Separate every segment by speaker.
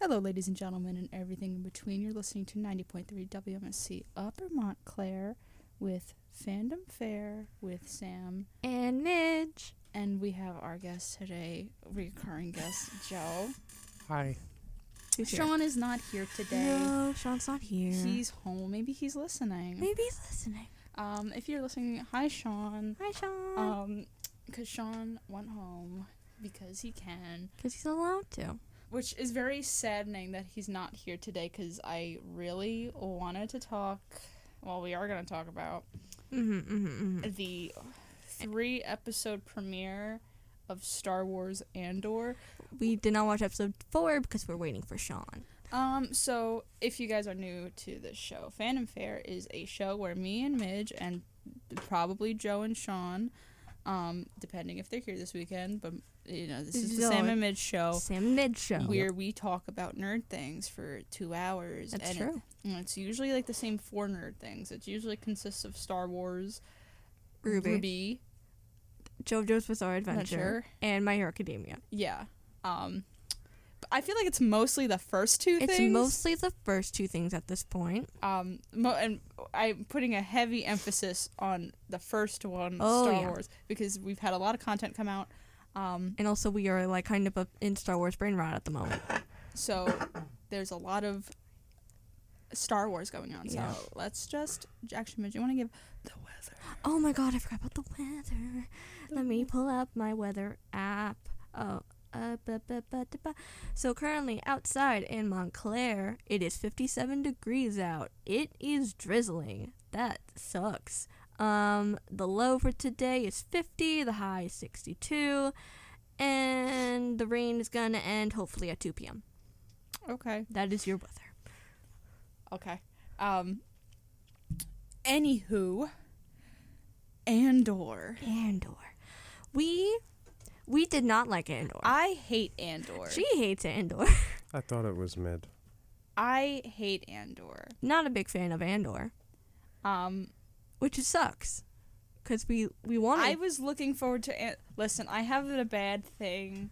Speaker 1: Hello, ladies and gentlemen, and everything in between. You're listening to 90.3 WMSC Upper Montclair with Fandom Fair with Sam.
Speaker 2: And Midge.
Speaker 1: And we have our guest today, recurring guest, Joe.
Speaker 3: Hi.
Speaker 2: Who's here?
Speaker 1: Sean is not here today.
Speaker 2: No, Sean's not here.
Speaker 1: He's home. Maybe he's listening.
Speaker 2: Maybe he's listening.
Speaker 1: Um, if you're listening, hi, Sean.
Speaker 2: Hi, Sean.
Speaker 1: Um, because Sean went home because he can,
Speaker 2: Because he's allowed to.
Speaker 1: which is very saddening that he's not here today because I really wanted to talk. Well, we are going to talk about
Speaker 2: Mm-hmm, mm-hmm,
Speaker 1: the three episode premiere of Star Wars Andor.
Speaker 2: We did not watch episode four because we're waiting for Sean.
Speaker 1: Um, so if you guys are new to this show, Phantom Fair is a show where me and Midge and probably Joe and Sean, um, depending if they're here this weekend, but you know, this is the
Speaker 2: Joe.
Speaker 1: Sam and Midge show
Speaker 2: Sam Midge show.
Speaker 1: where we talk about nerd things for two hours.
Speaker 2: That's
Speaker 1: and it-
Speaker 2: true.
Speaker 1: and Mm, it's usually like the same four nerd things. It usually consists of Star Wars,
Speaker 2: Ruby.
Speaker 1: Ruby
Speaker 2: JoJo's Bizarre Adventure.
Speaker 1: Adventure.
Speaker 2: And My Hero Academia.
Speaker 1: Yeah. Um but I feel like it's mostly the first two
Speaker 2: It's
Speaker 1: things.
Speaker 2: mostly the first two things at this point.
Speaker 1: um mo- and I'm putting a heavy emphasis on the first one,
Speaker 2: Oh,
Speaker 1: Star
Speaker 2: yeah.
Speaker 1: Wars, because we've had a lot of content come out. Um
Speaker 2: And also, we are like kind of up in Star Wars brain rot at the moment.
Speaker 1: so there's a lot of Star Wars going on. So
Speaker 2: Yeah.
Speaker 1: let's just actually Midge, you wanna give the weather.
Speaker 2: Oh my god, I forgot about the weather. Let me pull up my weather app. Oh, uh, ba, ba, ba, da, ba. so currently outside in Montclair, it is 57 degrees out. It is drizzling. That sucks. Um, the low for today is 50, the high is 62, and the rain is gonna end hopefully at 2 p.m.
Speaker 1: Okay.
Speaker 2: That is your weather.
Speaker 1: Okay. Um anywho Andor.
Speaker 2: Andor, we we did not like Andor.
Speaker 1: I hate Andor.
Speaker 2: she hates Andor.
Speaker 3: I thought it was mid.
Speaker 1: I hate Andor.
Speaker 2: not a big fan of Andor,
Speaker 1: Um
Speaker 2: which it sucks, because we we wanted.
Speaker 1: I was looking forward to. An- Listen, I have a bad thing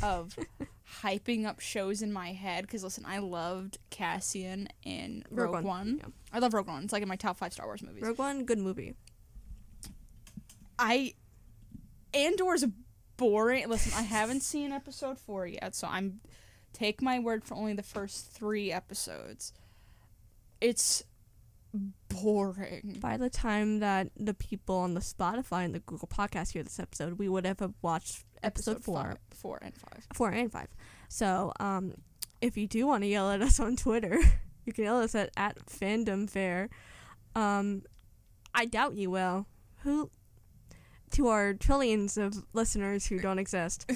Speaker 1: of hyping up shows in my head because listen, I loved Cassian and Rogue, One.
Speaker 2: Rogue One, yeah.
Speaker 1: I love Rogue One. It's like in my top five Star Wars movies.
Speaker 2: Rogue One, good movie.
Speaker 1: I Andor's boring. Listen, I haven't seen episode four yet, so I'm take my word for only the first three episodes. It's boring.
Speaker 2: By the time that the people on the Spotify and the Google Podcast hear this episode, we would have watched episode, four,
Speaker 1: fi- four and five.
Speaker 2: four and five. So, um, if you do want to yell at us on Twitter, you can yell at us at, at Fandom Fair. Um, I doubt you will. Who? To our trillions of listeners who don't exist,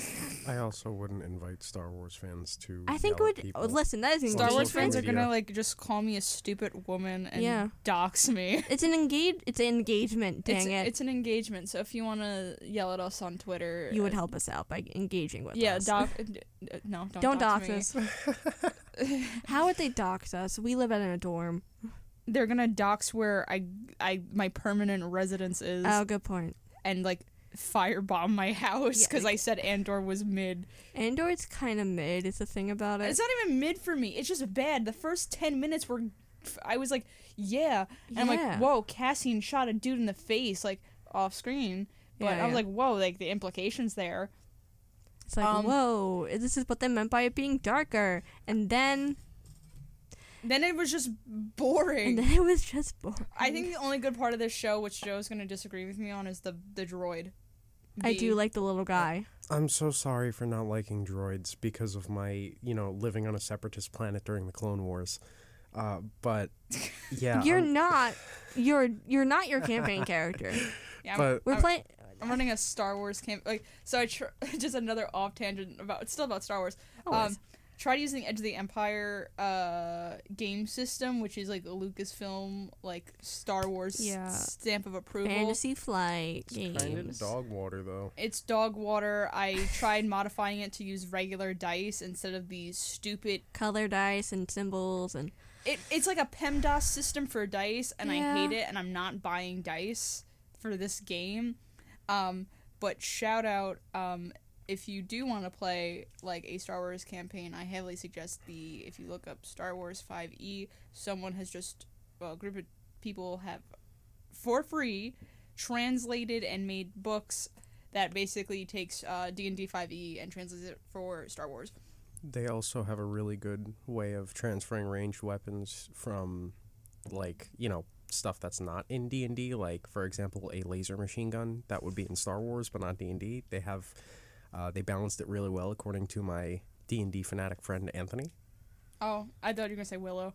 Speaker 3: I also wouldn't invite Star Wars fans to.
Speaker 2: I think
Speaker 3: yell at
Speaker 2: would
Speaker 3: people.
Speaker 2: oh, listen. That is
Speaker 1: Star
Speaker 3: Well,
Speaker 1: Wars
Speaker 3: social
Speaker 1: fans are
Speaker 3: media.
Speaker 1: gonna like just call me a stupid woman and
Speaker 2: Yeah.
Speaker 1: dox me.
Speaker 2: It's an engage. It's an engagement. Dang
Speaker 1: it's,
Speaker 2: it!
Speaker 1: It's an engagement. So if you wanna yell at us on Twitter,
Speaker 2: you would
Speaker 1: uh,
Speaker 2: help us out by engaging with
Speaker 1: Yeah,
Speaker 2: us.
Speaker 1: doc. uh, d- uh, No, don't,
Speaker 2: Don't
Speaker 1: dox,
Speaker 2: dox
Speaker 1: me.
Speaker 2: us. How would they dox us? We live in a dorm.
Speaker 1: They're gonna dox where I, I, my permanent residence is,
Speaker 2: Oh, good point.
Speaker 1: and like firebomb my house
Speaker 2: Yeah,
Speaker 1: because
Speaker 2: like-
Speaker 1: I said Andor was mid.
Speaker 2: Andor, it's kind of mid. It's the thing about it.
Speaker 1: It's not even mid for me. It's just bad. The first ten minutes were, I was like, yeah, and I'm like,
Speaker 2: Yeah.
Speaker 1: whoa, Cassian shot a dude in the face like off screen. But
Speaker 2: Yeah,
Speaker 1: I was
Speaker 2: yeah.
Speaker 1: like, whoa, like the implications there.
Speaker 2: It's like,
Speaker 1: um,
Speaker 2: whoa, this is what they meant by it being darker. And then,
Speaker 1: Then it was just
Speaker 2: and
Speaker 1: boring.
Speaker 2: then it was just boring.
Speaker 1: I think the only good part of this show, which Joe's gonna disagree with me on, is the the droid.
Speaker 2: I
Speaker 1: The-
Speaker 2: do like the little guy.
Speaker 3: I'm so sorry for not liking droids because of my, you know, living on a separatist planet during the Clone Wars. Uh, but yeah,
Speaker 2: you're
Speaker 3: I'm-
Speaker 1: Um,
Speaker 2: not, you're you're not your campaign character.
Speaker 1: Yeah, I'm,
Speaker 3: But
Speaker 2: We're
Speaker 1: I'm-
Speaker 2: playing.
Speaker 1: I'm running a Star Wars camp. Like, so I tr- just another off tangent about it's still about Star Wars. Um,
Speaker 2: Always.
Speaker 1: tried using Edge of the Empire uh game system, which is like a Lucasfilm like Star Wars
Speaker 2: Yeah.
Speaker 1: stamp of approval.
Speaker 2: Fantasy flight games.
Speaker 3: kind of dog water though.
Speaker 1: It's dog water. I tried modifying it to use regular dice instead of these stupid
Speaker 2: Color dice and symbols and
Speaker 1: it, it's like a PEMDAS system for dice, and I
Speaker 2: Yeah.
Speaker 1: hate it, and I'm not buying dice for this game. Um, but shout out, um, if you do want to play like a Star Wars campaign, I heavily suggest the if you look up Star Wars 5e, someone has just well, a group of people have for free translated and made books that basically takes uh, D&D 5e and translates it for Star Wars.
Speaker 3: They also have a really good way of transferring ranged weapons from, like you know, stuff that's not in D and D. Like for example, a laser machine gun that would be in Star Wars but not D and D. They have, uh, they balanced it really well according to my D and D fanatic friend Anthony.
Speaker 1: Oh, I thought you were going to say Willow.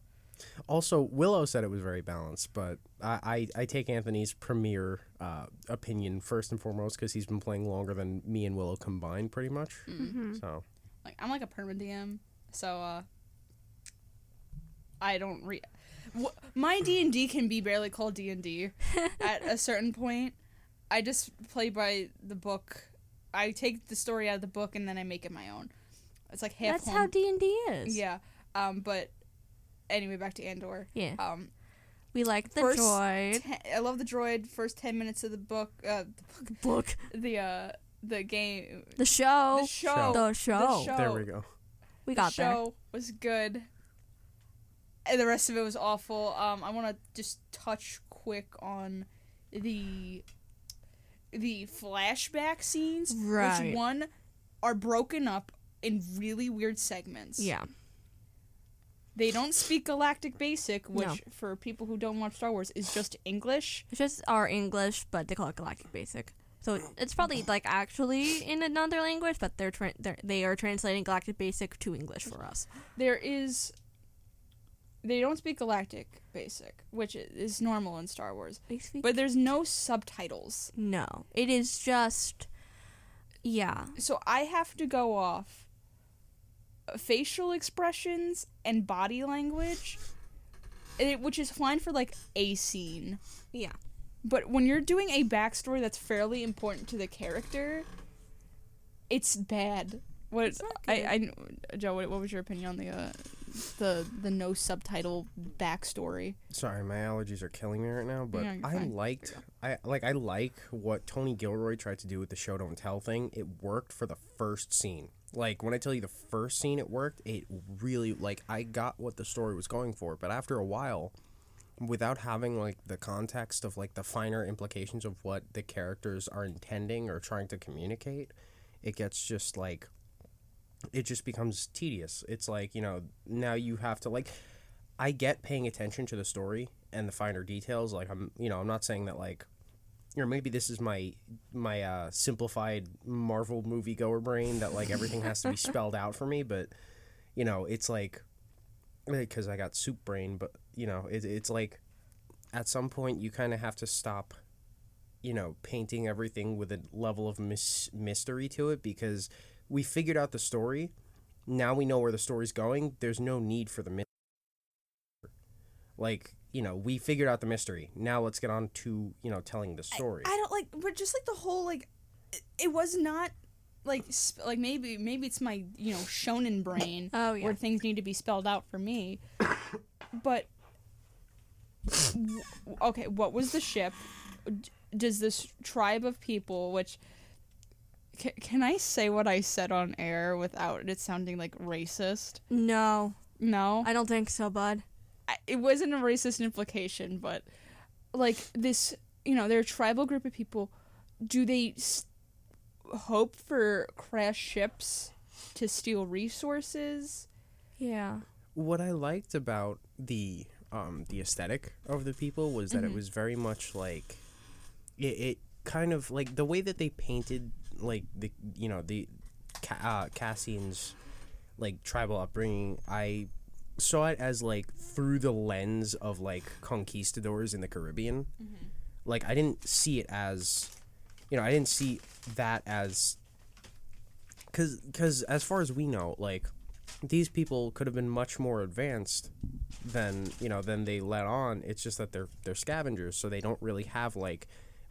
Speaker 3: Also, Willow said it was very balanced, but I, I, I take Anthony's premier uh, opinion first and foremost because he's been playing longer than me and Willow combined, pretty much.
Speaker 2: Mm-hmm.
Speaker 3: So
Speaker 1: Like I'm like a perma DM, so uh I don't re Wh- my D&D can be barely called D&D at a certain point. I just play by the book. I take the story out of the book and then I make it my own. It's like half
Speaker 2: That's how
Speaker 1: home-
Speaker 2: D and D is.
Speaker 1: Yeah. Um but anyway, back to Andor.
Speaker 2: Yeah.
Speaker 1: Um
Speaker 2: We like the
Speaker 1: First
Speaker 2: droid
Speaker 1: Te- I love the droid. First ten minutes of the book, uh,
Speaker 2: book,
Speaker 1: the uh, the game,
Speaker 2: the show,
Speaker 1: the show,
Speaker 2: the show.
Speaker 1: show.
Speaker 3: there
Speaker 1: Oh.
Speaker 3: we go.
Speaker 2: We got
Speaker 1: the
Speaker 2: there.
Speaker 1: show was good. And the rest of it was awful. Um, I want to just touch quick on the the flashback scenes,
Speaker 2: Right.
Speaker 1: which one are broken up in really weird segments.
Speaker 2: Yeah.
Speaker 1: they don't speak Galactic Basic, which
Speaker 2: No.
Speaker 1: for people who don't watch Star Wars is just English.
Speaker 2: It's just our English, but they call it Galactic Basic. So it's probably like actually in another language, but they're, tra- they're they are translating Galactic Basic to English for us.
Speaker 1: there is they don't speak galactic basic which i- is normal in star wars
Speaker 2: They speak-
Speaker 1: but there's no subtitles
Speaker 2: no, it is just yeah,
Speaker 1: so i have to go off facial expressions and body language and it- which is fine for like a scene
Speaker 2: yeah.
Speaker 1: but when you're doing a backstory that's fairly important to the character it's bad what
Speaker 2: not
Speaker 1: I, I kn- joe what, what was your opinion on the uh, the the no subtitle backstory
Speaker 3: Sorry, my allergies are killing me right now, but
Speaker 1: No, you're
Speaker 3: I
Speaker 1: fine.
Speaker 3: liked I like I like what Tony Gilroy tried to do with the show don't tell thing. It worked for the first scene. Like when I tell you the first scene it worked, it really like I got what the story was going for, but after a while without having like the context of like the finer implications of what the characters are intending or trying to communicate, it gets just like it just becomes tedious. It's like, you know, now you have to like I get paying attention to the story and the finer details. Like I'm, you know, I'm not saying that like, or maybe this is my my uh, simplified Marvel moviegoer brain that like everything has to be spelled out for me. But you know, it's like because I got soup brain. But you know, it, it's like at some point you kind of have to stop, you know, painting everything with a level of mis- mystery to it because we figured out the story. Now we know where the story's going. There's no need for the mystery like you know we figured out the mystery now let's get on to you know telling the story
Speaker 1: I don't like, but just like the whole like, it, it was not like sp- like maybe maybe it's my you know shonen brain
Speaker 2: Oh, yeah.
Speaker 1: where things need to be spelled out for me, but w- okay, what was the ship? D- Does this tribe of people which ca can I say what I said on air without it sounding like racist?
Speaker 2: No,
Speaker 1: No,
Speaker 2: I don't think so, bud.
Speaker 1: I- it wasn't a racist implication, but like this, you know, they're a tribal group of people. Do they s- hope for crash ships to steal resources?
Speaker 2: Yeah,
Speaker 3: what i liked about the um the aesthetic of the people was that it was very much like it, it kind of like the way that they painted like the you know the Ca- uh, cassian's like tribal upbringing i saw it as like through the lens of like conquistadors in the caribbean like i didn't see it as you know i didn't see that as because because as far as we know like these people could have been much more advanced than you know than they let on it's just that they're they're scavengers so they don't really have like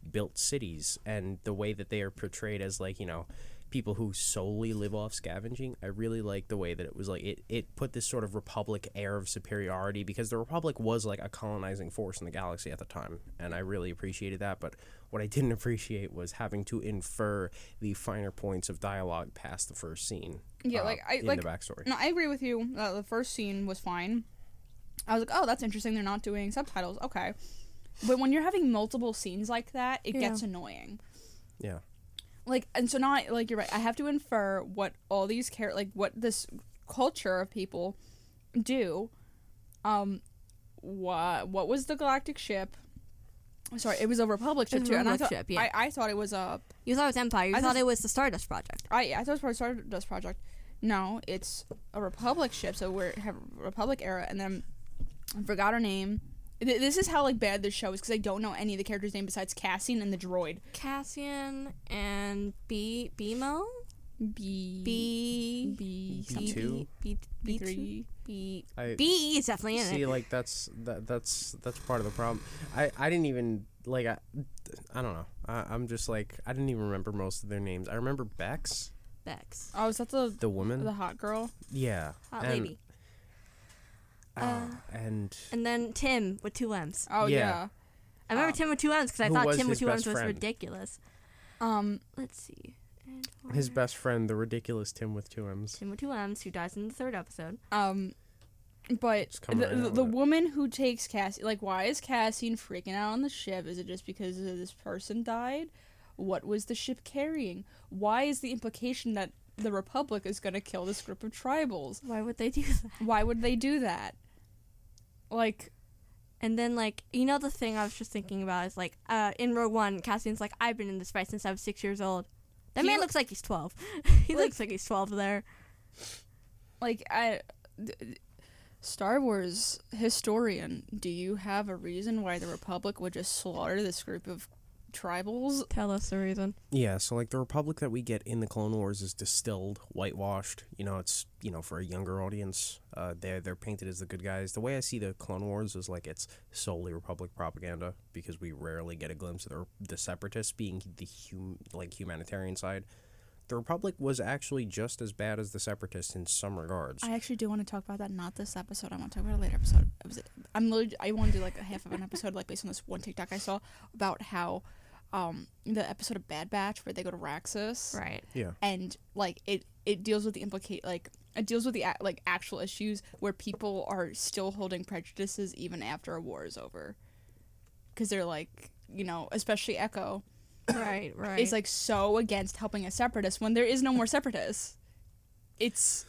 Speaker 3: built cities and the way that they are portrayed as like you know people who solely live off scavenging. I really like the way that it was like it it put this sort of republic air of superiority because the republic was like a colonizing force in the galaxy at the time, and I really appreciated that. But what I didn't appreciate was having to infer the finer points of dialogue past the first scene.
Speaker 1: Yeah,
Speaker 3: uh,
Speaker 1: like, I-
Speaker 3: in
Speaker 1: like-
Speaker 3: the backstory.
Speaker 1: No, I agree with you. Uh, the first scene was fine. I was like, oh, that's interesting. They're not doing subtitles. Okay. But when you're having multiple scenes like that, it
Speaker 2: Yeah.
Speaker 1: gets annoying.
Speaker 3: Yeah.
Speaker 1: Like, and so not like you're right. I have to infer what all these care, like what this culture of people do. Um, what what was the galactic ship? Sorry, it was a Republic ship
Speaker 2: was a
Speaker 1: too, and I
Speaker 2: Republic
Speaker 1: thought
Speaker 2: ship, yeah.
Speaker 1: I, I thought it was a
Speaker 2: You thought it was Empire. You
Speaker 1: I
Speaker 2: thought
Speaker 1: just-
Speaker 2: it was the Stardust Project.
Speaker 1: I I thought it was part of Stardust Project. No, it's a Republic ship, so we're have Republic era, and then I forgot her name. Th- This is how like bad this show is because I don't know any of the characters' name besides Cassian and the droid.
Speaker 2: Cassian and B BMO
Speaker 1: B
Speaker 2: B
Speaker 1: B
Speaker 3: B
Speaker 1: something.
Speaker 3: two?
Speaker 2: B
Speaker 1: B
Speaker 2: B
Speaker 1: three.
Speaker 2: B
Speaker 3: I-
Speaker 2: B is definitely in
Speaker 3: See,
Speaker 2: it.
Speaker 3: like that's that, that's that's part of the problem. I I didn't even like I I don't know. I, I'm just like I didn't even remember most of their names. I remember Bex,
Speaker 2: Bex.
Speaker 1: Oh, is that the
Speaker 3: the woman.
Speaker 1: the hot girl?
Speaker 3: yeah,
Speaker 2: Hot
Speaker 3: and,
Speaker 2: lady.
Speaker 3: uh, and
Speaker 2: And then Tim with two M's.
Speaker 1: Oh yeah.
Speaker 3: Yeah.
Speaker 2: I remember
Speaker 3: Um,
Speaker 2: Tim with two M's because I
Speaker 3: who
Speaker 2: thought
Speaker 3: was
Speaker 2: Tim with
Speaker 3: his
Speaker 2: two M's
Speaker 3: best
Speaker 2: was
Speaker 3: friend?
Speaker 2: ridiculous.
Speaker 1: Um,
Speaker 2: Let's see. And
Speaker 3: his
Speaker 2: or-
Speaker 3: best friend, the ridiculous Tim with two M's.
Speaker 2: Tim with two M's who dies in the third episode.
Speaker 1: um, but
Speaker 3: Just
Speaker 1: the,
Speaker 3: coming right
Speaker 1: the,
Speaker 3: out
Speaker 1: the
Speaker 3: with it.
Speaker 1: woman who takes Cass, like, why is Cassian freaking out on the ship? Is it just because this person died? What was the ship carrying? Why is the implication that the Republic is going to kill this group of tribals?
Speaker 2: Why would they do that?
Speaker 1: Why would they do that? Like,
Speaker 2: And then, like, you know, the thing I was just thinking about is like, uh, in Rogue One, Cassian's like, I've been in this fight since I was six years old. That
Speaker 1: He
Speaker 2: man
Speaker 1: loo-
Speaker 2: looks like he's 12. he
Speaker 1: Like-
Speaker 2: looks like he's 12 there.
Speaker 1: like I, d- d- Star Wars historian, do you have a reason why the Republic would just slaughter this group of tribals?
Speaker 2: Tell us the reason.
Speaker 3: Yeah, so like the Republic that we get in the Clone Wars is distilled, whitewashed. You know, it's you know for a younger audience. Uh, they're they're painted as the good guys. The way I see the Clone Wars is like it's solely Republic propaganda because we rarely get a glimpse of the, the Separatists being the hum, like humanitarian side. The Republic was actually just as bad as the Separatists in some regards.
Speaker 1: I actually do want to talk about that. Not this episode. I want to talk about a later episode. I was, I'm literally, I want to do like a half of an episode, like based on this one TikTok I saw about how, um, the episode of Bad Batch where they go to Raxus,
Speaker 2: Right.
Speaker 3: yeah,
Speaker 1: and like it, it deals with the implicate, like it deals with the a- like actual issues where people are still holding prejudices even after a war is over, because they're like, you know, especially Echo
Speaker 2: Right, right.
Speaker 1: is like so against helping a separatist when there is no more separatists. It's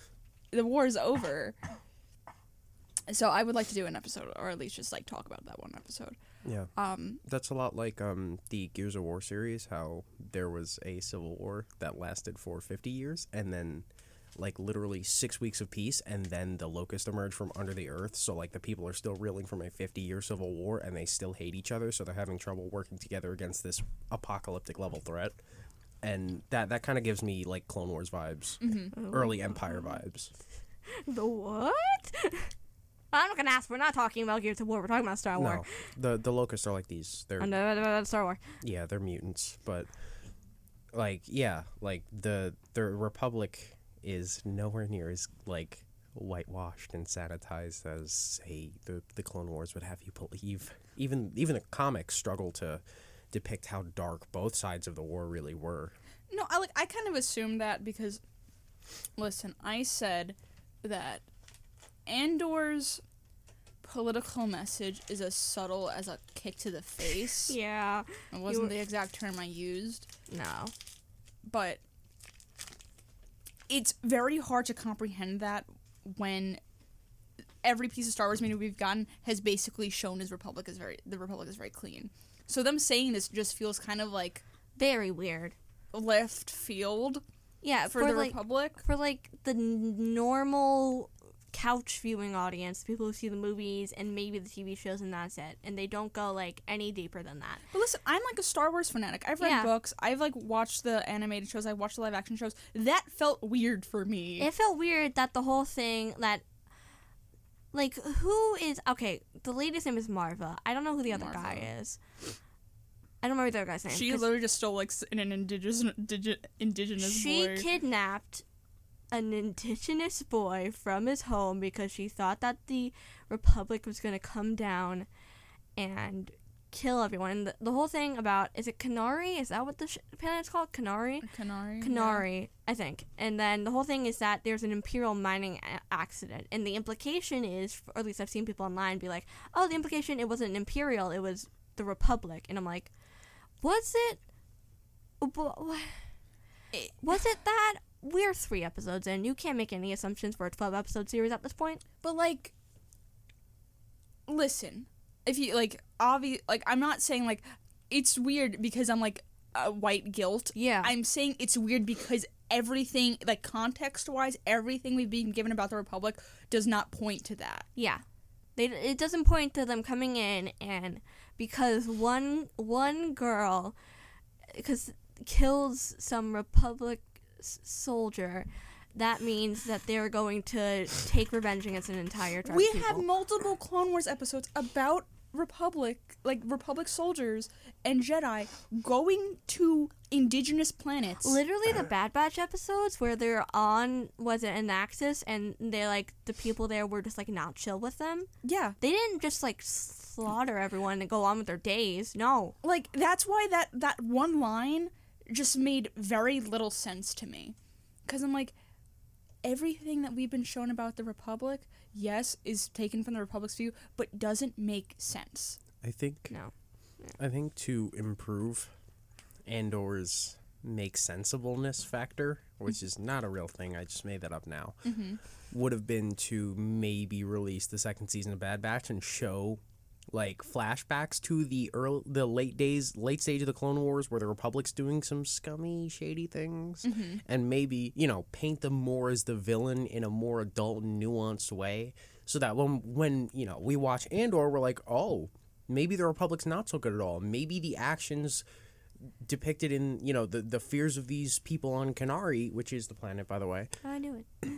Speaker 1: the war is over. So I would like to do an episode, or at least just like talk about that one episode.
Speaker 3: yeah.
Speaker 1: Um,
Speaker 3: That's a lot like um, the Gears of War series, how there was a civil war that lasted for 50 years and then like literally six weeks of peace and then the locust emerged from under the earth so like the people are still reeling from a 50 year civil war and they still hate each other so they're having trouble working together against this apocalyptic level threat and that that kind of gives me like clone wars vibes early empire vibes
Speaker 2: the what? I'm not gonna ask. We're not talking about Gears of War. We're talking about Star War.
Speaker 3: no the the locusts are like these they're
Speaker 2: Oh, No. no, no, no, Star War.
Speaker 3: yeah, they're mutants, but like yeah, like the the Republic is nowhere near as like whitewashed and sanitized as say the the Clone Wars would have you believe. Even even the comics struggle to depict how dark both sides of the war really were.
Speaker 1: no, I like I kind of assumed that because, listen, I said that Andor's political message is as subtle as a kick to the face.
Speaker 2: Yeah.
Speaker 1: It wasn't
Speaker 2: were-
Speaker 1: the exact term I used.
Speaker 2: No.
Speaker 1: but it's very hard to comprehend that when every piece of Star Wars media we've gotten has basically shown as Republic is very the Republic is very clean. So them saying this just feels kind of like
Speaker 2: Very weird.
Speaker 1: left field
Speaker 2: Yeah.
Speaker 1: for the
Speaker 2: like,
Speaker 1: Republic.
Speaker 2: for like the n- normal couch viewing audience, people who see the movies and maybe the TV shows, and that's it. And they don't go like any deeper than that.
Speaker 1: But listen, I'm like a Star Wars fanatic. I've read
Speaker 2: Yeah.
Speaker 1: books. I've like watched the animated shows. I've watched the live action shows. That felt weird for me.
Speaker 2: It felt weird that the whole thing that. Like who is okay? The lady's name is Marva. I don't know who the other guy
Speaker 1: Marva.
Speaker 2: is, I don't remember the other guy's name.
Speaker 1: She
Speaker 2: 'cause
Speaker 1: literally just stole like s- in an indigenous digi- indigenous
Speaker 2: she
Speaker 1: boy.
Speaker 2: kidnapped an indigenous boy from his home because she thought that the republic was going to come down and kill everyone. And the, the whole thing about is it Canary? Is that what the sh- planet's called? Canary.
Speaker 1: Canary.
Speaker 2: Canary, I think. And then the whole thing is that there's an imperial mining a- accident, and the implication is, or at least I've seen people online be like, "Oh, the implication it wasn't an imperial, it was the republic," and I'm like, "Was it? wha-
Speaker 1: It-
Speaker 2: Was it that?" We're three episodes in. You can't make any assumptions for a twelve episode series at this point.
Speaker 1: But like, listen, if you like, obvi- like I'm not saying like it's weird because I'm like a white guilt.
Speaker 2: Yeah,
Speaker 1: I'm saying it's weird because everything, like context wise, everything we've been given about the Republic does not point to that.
Speaker 2: Yeah. They, it doesn't point to them coming in and because one one girl cuz kills some republic s- soldier that means that they're going to take revenge against an entire tribe
Speaker 1: we
Speaker 2: of people.
Speaker 1: have multiple Clone Wars episodes about Republic, like Republic soldiers and Jedi going to indigenous planets.
Speaker 2: literally the bad batch episodes where they're on was it an axis and they like the people there were just like not chill with them
Speaker 1: yeah,
Speaker 2: they didn't just like slaughter everyone and go on with their days no
Speaker 1: like that's why that that one line just made very little sense to me because i'm like everything that we've been shown about the republic yes is taken from the republic's view but doesn't make sense
Speaker 3: I think
Speaker 2: no
Speaker 3: I think to improve Andor's make sensibleness factor, which is not a real thing, I just made that up now, would have been to maybe release the second season of Bad Batch and show like flashbacks to the early, the late days, late stage of the Clone Wars, where the Republic's doing some scummy, shady things, and maybe you know paint them more as the villain in a more adult, and nuanced way, so that when when you know we watch Andor, we're like, oh, maybe the Republic's not so good at all. Maybe the actions depicted in you know the the fears of these people on Canary, which is the planet, by the way.
Speaker 2: i knew it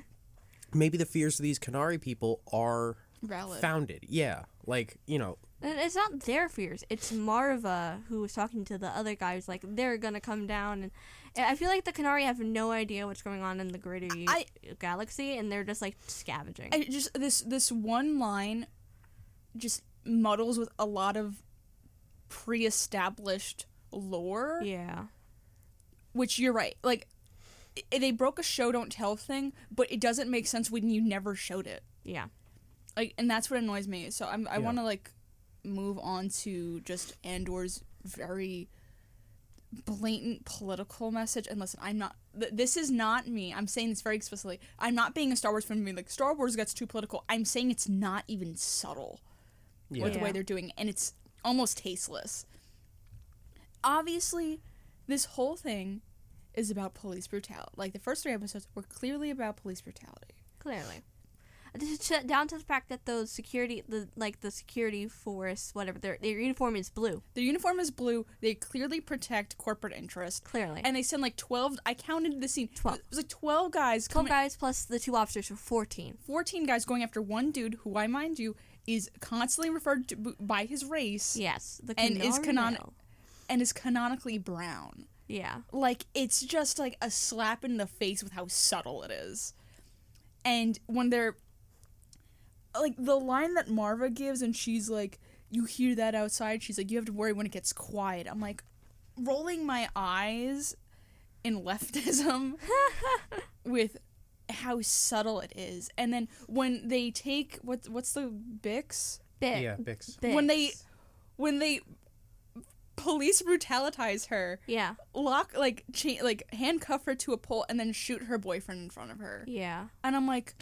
Speaker 3: Maybe the fears of these Canary people are
Speaker 1: Valid.
Speaker 3: founded. Yeah, like you know,
Speaker 2: And It's not their fears. It's Marva who was talking to the other guy who's like, they're gonna come down. And and I feel like the Canari have no idea what's going on in the greater u-
Speaker 1: I-
Speaker 2: galaxy, and they're just like scavenging.
Speaker 1: i just this this one line just muddles with a lot of pre-established lore
Speaker 2: yeah,
Speaker 1: which you're right like i- they broke a show don't tell thing but it doesn't make sense when you never showed it
Speaker 2: yeah.
Speaker 1: like and that's what annoys me so I'm, i
Speaker 3: Yeah.
Speaker 1: want to like move on to just andor's very blatant political message and listen i'm not th- this is not me i'm saying this very explicitly i'm not being a star wars fan and being like star wars gets too political i'm saying it's not even subtle
Speaker 3: yeah,
Speaker 1: with the way
Speaker 2: Yeah.
Speaker 1: they're doing it, and it's almost tasteless. Obviously, this whole thing is about police brutality. Like the first three episodes were clearly about police brutality.
Speaker 2: Clearly, this is shut down to the fact that those security, the like the security force, whatever their their uniform is blue.
Speaker 1: Their uniform is blue. They clearly protect corporate interest.
Speaker 2: Clearly, and
Speaker 1: And they send like 12 I counted the scene.
Speaker 2: 12.
Speaker 1: It was like 12 guys
Speaker 2: twelve
Speaker 1: coming
Speaker 2: guys plus the two officers are fourteen.
Speaker 1: 14 guys going after one dude who I mind you is constantly referred to b- by his race
Speaker 2: Yes, the
Speaker 1: And is
Speaker 2: Qunari
Speaker 1: canon-
Speaker 2: male.
Speaker 1: and is canonically brown.
Speaker 2: Yeah,
Speaker 1: like it's just like a slap in the face with how subtle it is and when they're like the line that marva gives and she's like you hear that outside she's like you have to worry when it gets quiet i'm like rolling my eyes in leftism with how subtle it is and then when they take what what's the bix
Speaker 2: Bix.
Speaker 3: yeah, Bix.
Speaker 1: When they-
Speaker 2: Bix.
Speaker 1: when they police brutalize her
Speaker 2: yeah
Speaker 1: lock like cha- like handcuff her to a pole and then shoot her boyfriend in front of her
Speaker 2: yeah
Speaker 1: and i'm like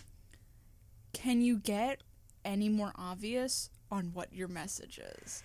Speaker 1: can you get any more obvious on what your message is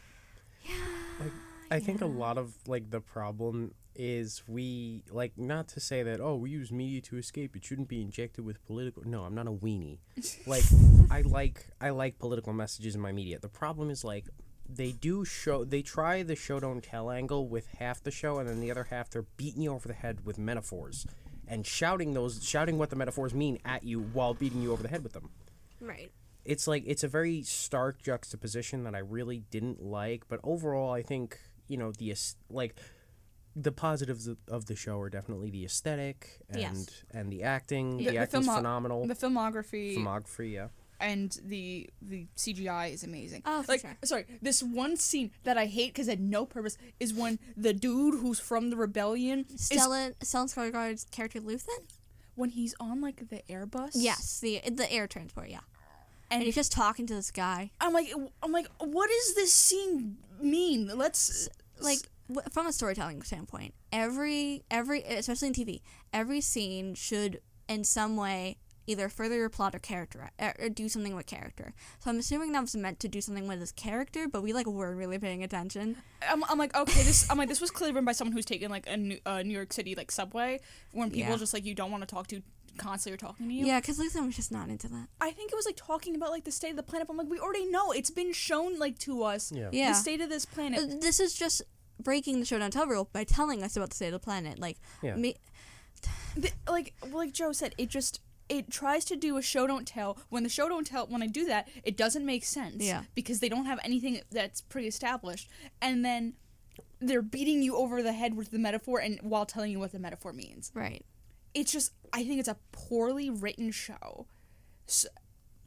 Speaker 3: I think a lot of like the problem is we like not to say that oh we use media to escape it shouldn't be injected with political no I'm not a weenie like I like I like political messages in my media the problem is like they do show they try the show don't tell angle with half the show and then the other half they're beating you over the head with metaphors and shouting those shouting what the metaphors mean at you while beating you over the head with them
Speaker 2: right.
Speaker 3: it's like it's a very stark juxtaposition that I really didn't like. But overall, I think you know the aes- like the positives of- of the show are definitely the aesthetic and
Speaker 2: Yes.
Speaker 3: and the acting.
Speaker 1: The-
Speaker 3: The,
Speaker 1: the
Speaker 3: acting's
Speaker 1: filmo-
Speaker 3: phenomenal.
Speaker 1: The filmography
Speaker 3: Filmography, yeah.
Speaker 1: and the the CGI is amazing.
Speaker 2: Oh, for
Speaker 1: like
Speaker 2: sure.
Speaker 1: sorry, this one scene that I hate because it had no purpose is when the dude who's from the rebellion is
Speaker 2: Stellan Stellan Skarsgård's character Luthen.
Speaker 1: when he's on like the Airbus.
Speaker 2: Yes, the the air transport. Yeah, and
Speaker 1: and
Speaker 2: he's just talking to this guy.
Speaker 1: I'm like I'm like what does this scene mean? Let's
Speaker 2: like w- from a storytelling standpoint every every especially in tv every scene should in some way either further your plot or character or, or do something with character so i'm assuming that was meant to do something with his character but we like weren't really paying attention
Speaker 1: I'm, I'm like okay this I'm like this was clearly written by someone who's taken like a New, uh, New York City like subway when people
Speaker 2: Yeah.
Speaker 1: just like you don't want to talk to constantly are talking to you.
Speaker 2: yeah because luther was just not into that
Speaker 1: I think it was like talking about like the state of the planet. But I'm like we already know it's been shown like to us.
Speaker 3: Yeah.
Speaker 2: Yeah.
Speaker 1: The state of this planet.
Speaker 2: Uh, this is just breaking the show down tell rule by telling us about the state of the planet like
Speaker 3: Yeah.
Speaker 2: me
Speaker 1: the, like well, like Joe said, it just it tries to do a show don't tell. When the show don't tell, when I do that, it doesn't make sense.
Speaker 2: Yeah.
Speaker 1: Because they don't have anything that's pre-established, and then they're beating you over the head with the metaphor, and while telling you what the metaphor means,
Speaker 2: right
Speaker 1: it's just I think it's a poorly written show, so,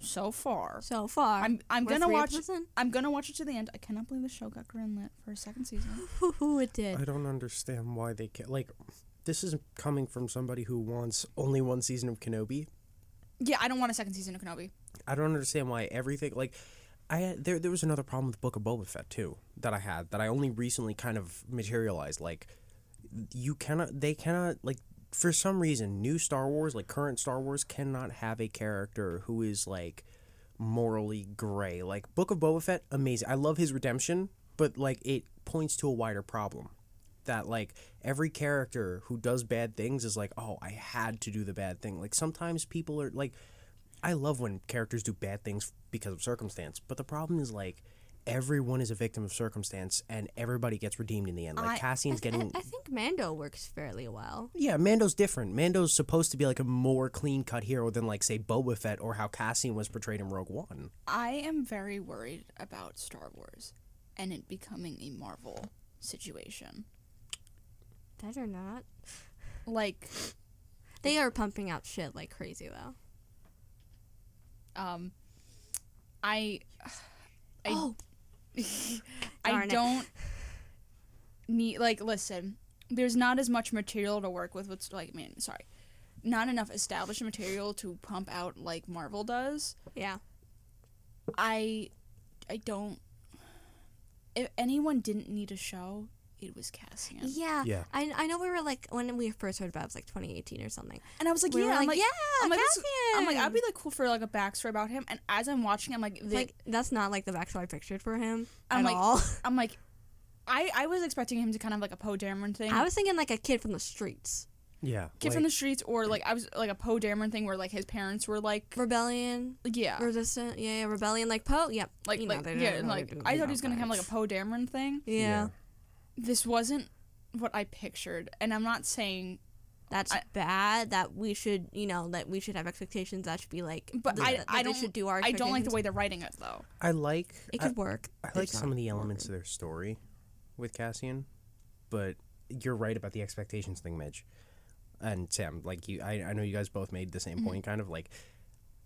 Speaker 1: so far.
Speaker 2: so far
Speaker 1: I'm I'm
Speaker 2: we're
Speaker 1: gonna
Speaker 2: three
Speaker 1: watch.
Speaker 2: episodes in.
Speaker 1: I'm gonna watch it to the end. I cannot believe the show got greenlit for a second season.
Speaker 2: Who it did
Speaker 3: I don't understand why they ca- like. This is coming from somebody who wants only one season of Kenobi.
Speaker 1: yeah, I don't want a second season of Kenobi.
Speaker 3: I don't understand why everything like I had- there there was another problem with Book of Boba Fett too that I had that I only recently kind of materialized like you cannot they cannot like for some reason new Star Wars like current Star Wars cannot have a character who is like morally gray like Book of Boba Fett amazing I love his redemption but like it points to a wider problem that like every character who does bad things is like oh I had to do the bad thing like sometimes people are like I love when characters do bad things because of circumstance, but the problem is like everyone is a victim of circumstance and everybody gets redeemed in the end. Like
Speaker 1: I-
Speaker 3: Cassian's
Speaker 2: I,
Speaker 3: getting
Speaker 2: I think mando works fairly well
Speaker 3: Yeah, Mando's different. Mando's supposed to be like a more clean cut hero than like say Boba Fett or how Cassian was portrayed in Rogue One.
Speaker 1: I am very worried about Star Wars and it becoming a Marvel situation.
Speaker 2: better not
Speaker 1: Like,
Speaker 2: They are pumping out shit like crazy though.
Speaker 1: um, I, I-
Speaker 2: oh, Darn
Speaker 1: I
Speaker 2: it.
Speaker 1: don't need like listen. There's not as much material to work with. What's like, I mean, sorry, not enough established material to pump out like Marvel does.
Speaker 2: yeah.
Speaker 1: I, I don't. If anyone didn't need a show, it was Cassian.
Speaker 2: Yeah.
Speaker 3: Yeah.
Speaker 2: I, I know we were like when we first heard about it, it was like 2018 or something.
Speaker 1: And I was like,
Speaker 2: We
Speaker 1: yeah,
Speaker 2: were
Speaker 1: I'm like,
Speaker 2: yeah,
Speaker 1: I'm like, this-
Speaker 2: Cassian.
Speaker 1: I'm like, I'd be like cool for like a backstory about him. And as I'm watching, I'm like, the,
Speaker 2: like that's not like the backstory I pictured for him
Speaker 1: I'm
Speaker 2: at
Speaker 1: like-
Speaker 2: all.
Speaker 1: I'm like, I I was expecting him to kind of like a Poe Dameron thing,
Speaker 2: I was thinking like a kid from the streets,
Speaker 3: Yeah.
Speaker 1: kid from the streets, or like I was like a Poe Dameron thing where like his parents were like,
Speaker 2: rebellion,
Speaker 1: yeah,
Speaker 2: resistant, yeah, yeah, rebellion, like Poe, yep,
Speaker 1: Uh, like
Speaker 2: you know,
Speaker 1: like
Speaker 2: they're
Speaker 1: yeah,
Speaker 2: not
Speaker 1: and,
Speaker 2: really
Speaker 1: like
Speaker 2: doing
Speaker 1: I thought he was
Speaker 2: that
Speaker 1: gonna have
Speaker 2: much.
Speaker 1: like a Poe Dameron thing.
Speaker 2: yeah,
Speaker 1: This wasn't what I pictured, and I'm not saying,
Speaker 2: that's
Speaker 1: I-
Speaker 2: bad. That we should, you know, that we should have expectations. That should be like,
Speaker 1: but
Speaker 2: th-
Speaker 1: I
Speaker 2: that
Speaker 1: I
Speaker 2: they
Speaker 1: don't
Speaker 2: should do our.
Speaker 1: I don't like the
Speaker 2: expectations.
Speaker 1: way they're writing it though.
Speaker 3: I like
Speaker 2: it
Speaker 3: I,
Speaker 2: could work.
Speaker 3: I
Speaker 2: It's
Speaker 3: like
Speaker 2: not
Speaker 3: some of the
Speaker 2: working.
Speaker 3: elements of their story with Cassian, but you're right about the expectations thing, Midge. And Sam, like you I, I know you guys both made the
Speaker 2: Mm-hmm.
Speaker 3: same point, kind of like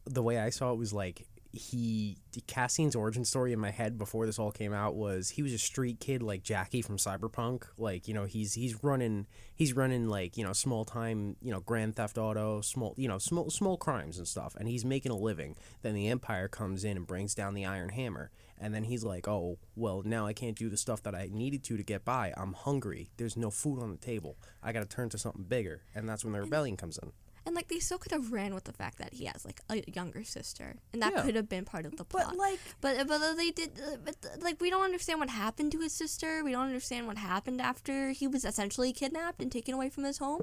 Speaker 3: the way I saw it was like he Cassian's origin story in my head before this all came out was he was a street kid like Jackie from Cyberpunk. Like, you know, he's he's running he's running like, you know, small time, you know, grand theft auto, small you know, small small crimes and stuff, and he's making a living. Then the Empire comes in and brings down the Iron Hammer. And then he's like, Oh, well now I can't do the stuff that I needed to to get by. I'm hungry. There's no food on the table. I gotta turn to something bigger. And that's when the rebellion comes in.
Speaker 2: And like they still could have ran with the fact that he has like a younger sister, and that
Speaker 3: Yeah.
Speaker 2: could have been part of the plot.
Speaker 1: But like
Speaker 2: but but they did. uh, But like we don't understand what happened to his sister. We don't understand what happened after he was essentially kidnapped and taken away from his home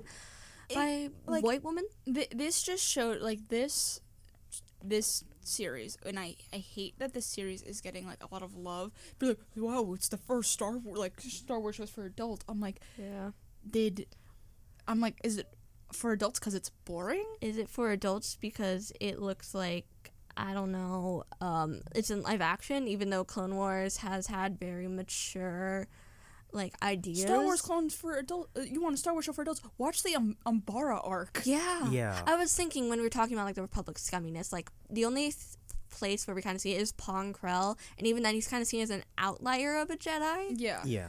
Speaker 2: by
Speaker 1: like-
Speaker 2: white woman.
Speaker 1: Th- this just showed like this this series and I, I hate that this series is getting like a lot of love be like wow it's the first star wars like star wars shows for adults i'm like
Speaker 2: Yeah.
Speaker 1: did i'm like is it for adults because it's boring
Speaker 2: Is it for adults because it looks like I don't know? Um, it's in live action, even though Clone Wars has had very mature like ideas.
Speaker 1: Star Wars clones for adults. You want a Star Wars show for adults? Watch the um, Umbara arc.
Speaker 2: Yeah.
Speaker 3: Yeah.
Speaker 2: I was thinking when we were talking about like the Republic's scumminess, like the only th- place where we kind of see it is Pong Krell, and even then he's kind of seen as an outlier of a Jedi.
Speaker 1: Yeah.
Speaker 3: Yeah.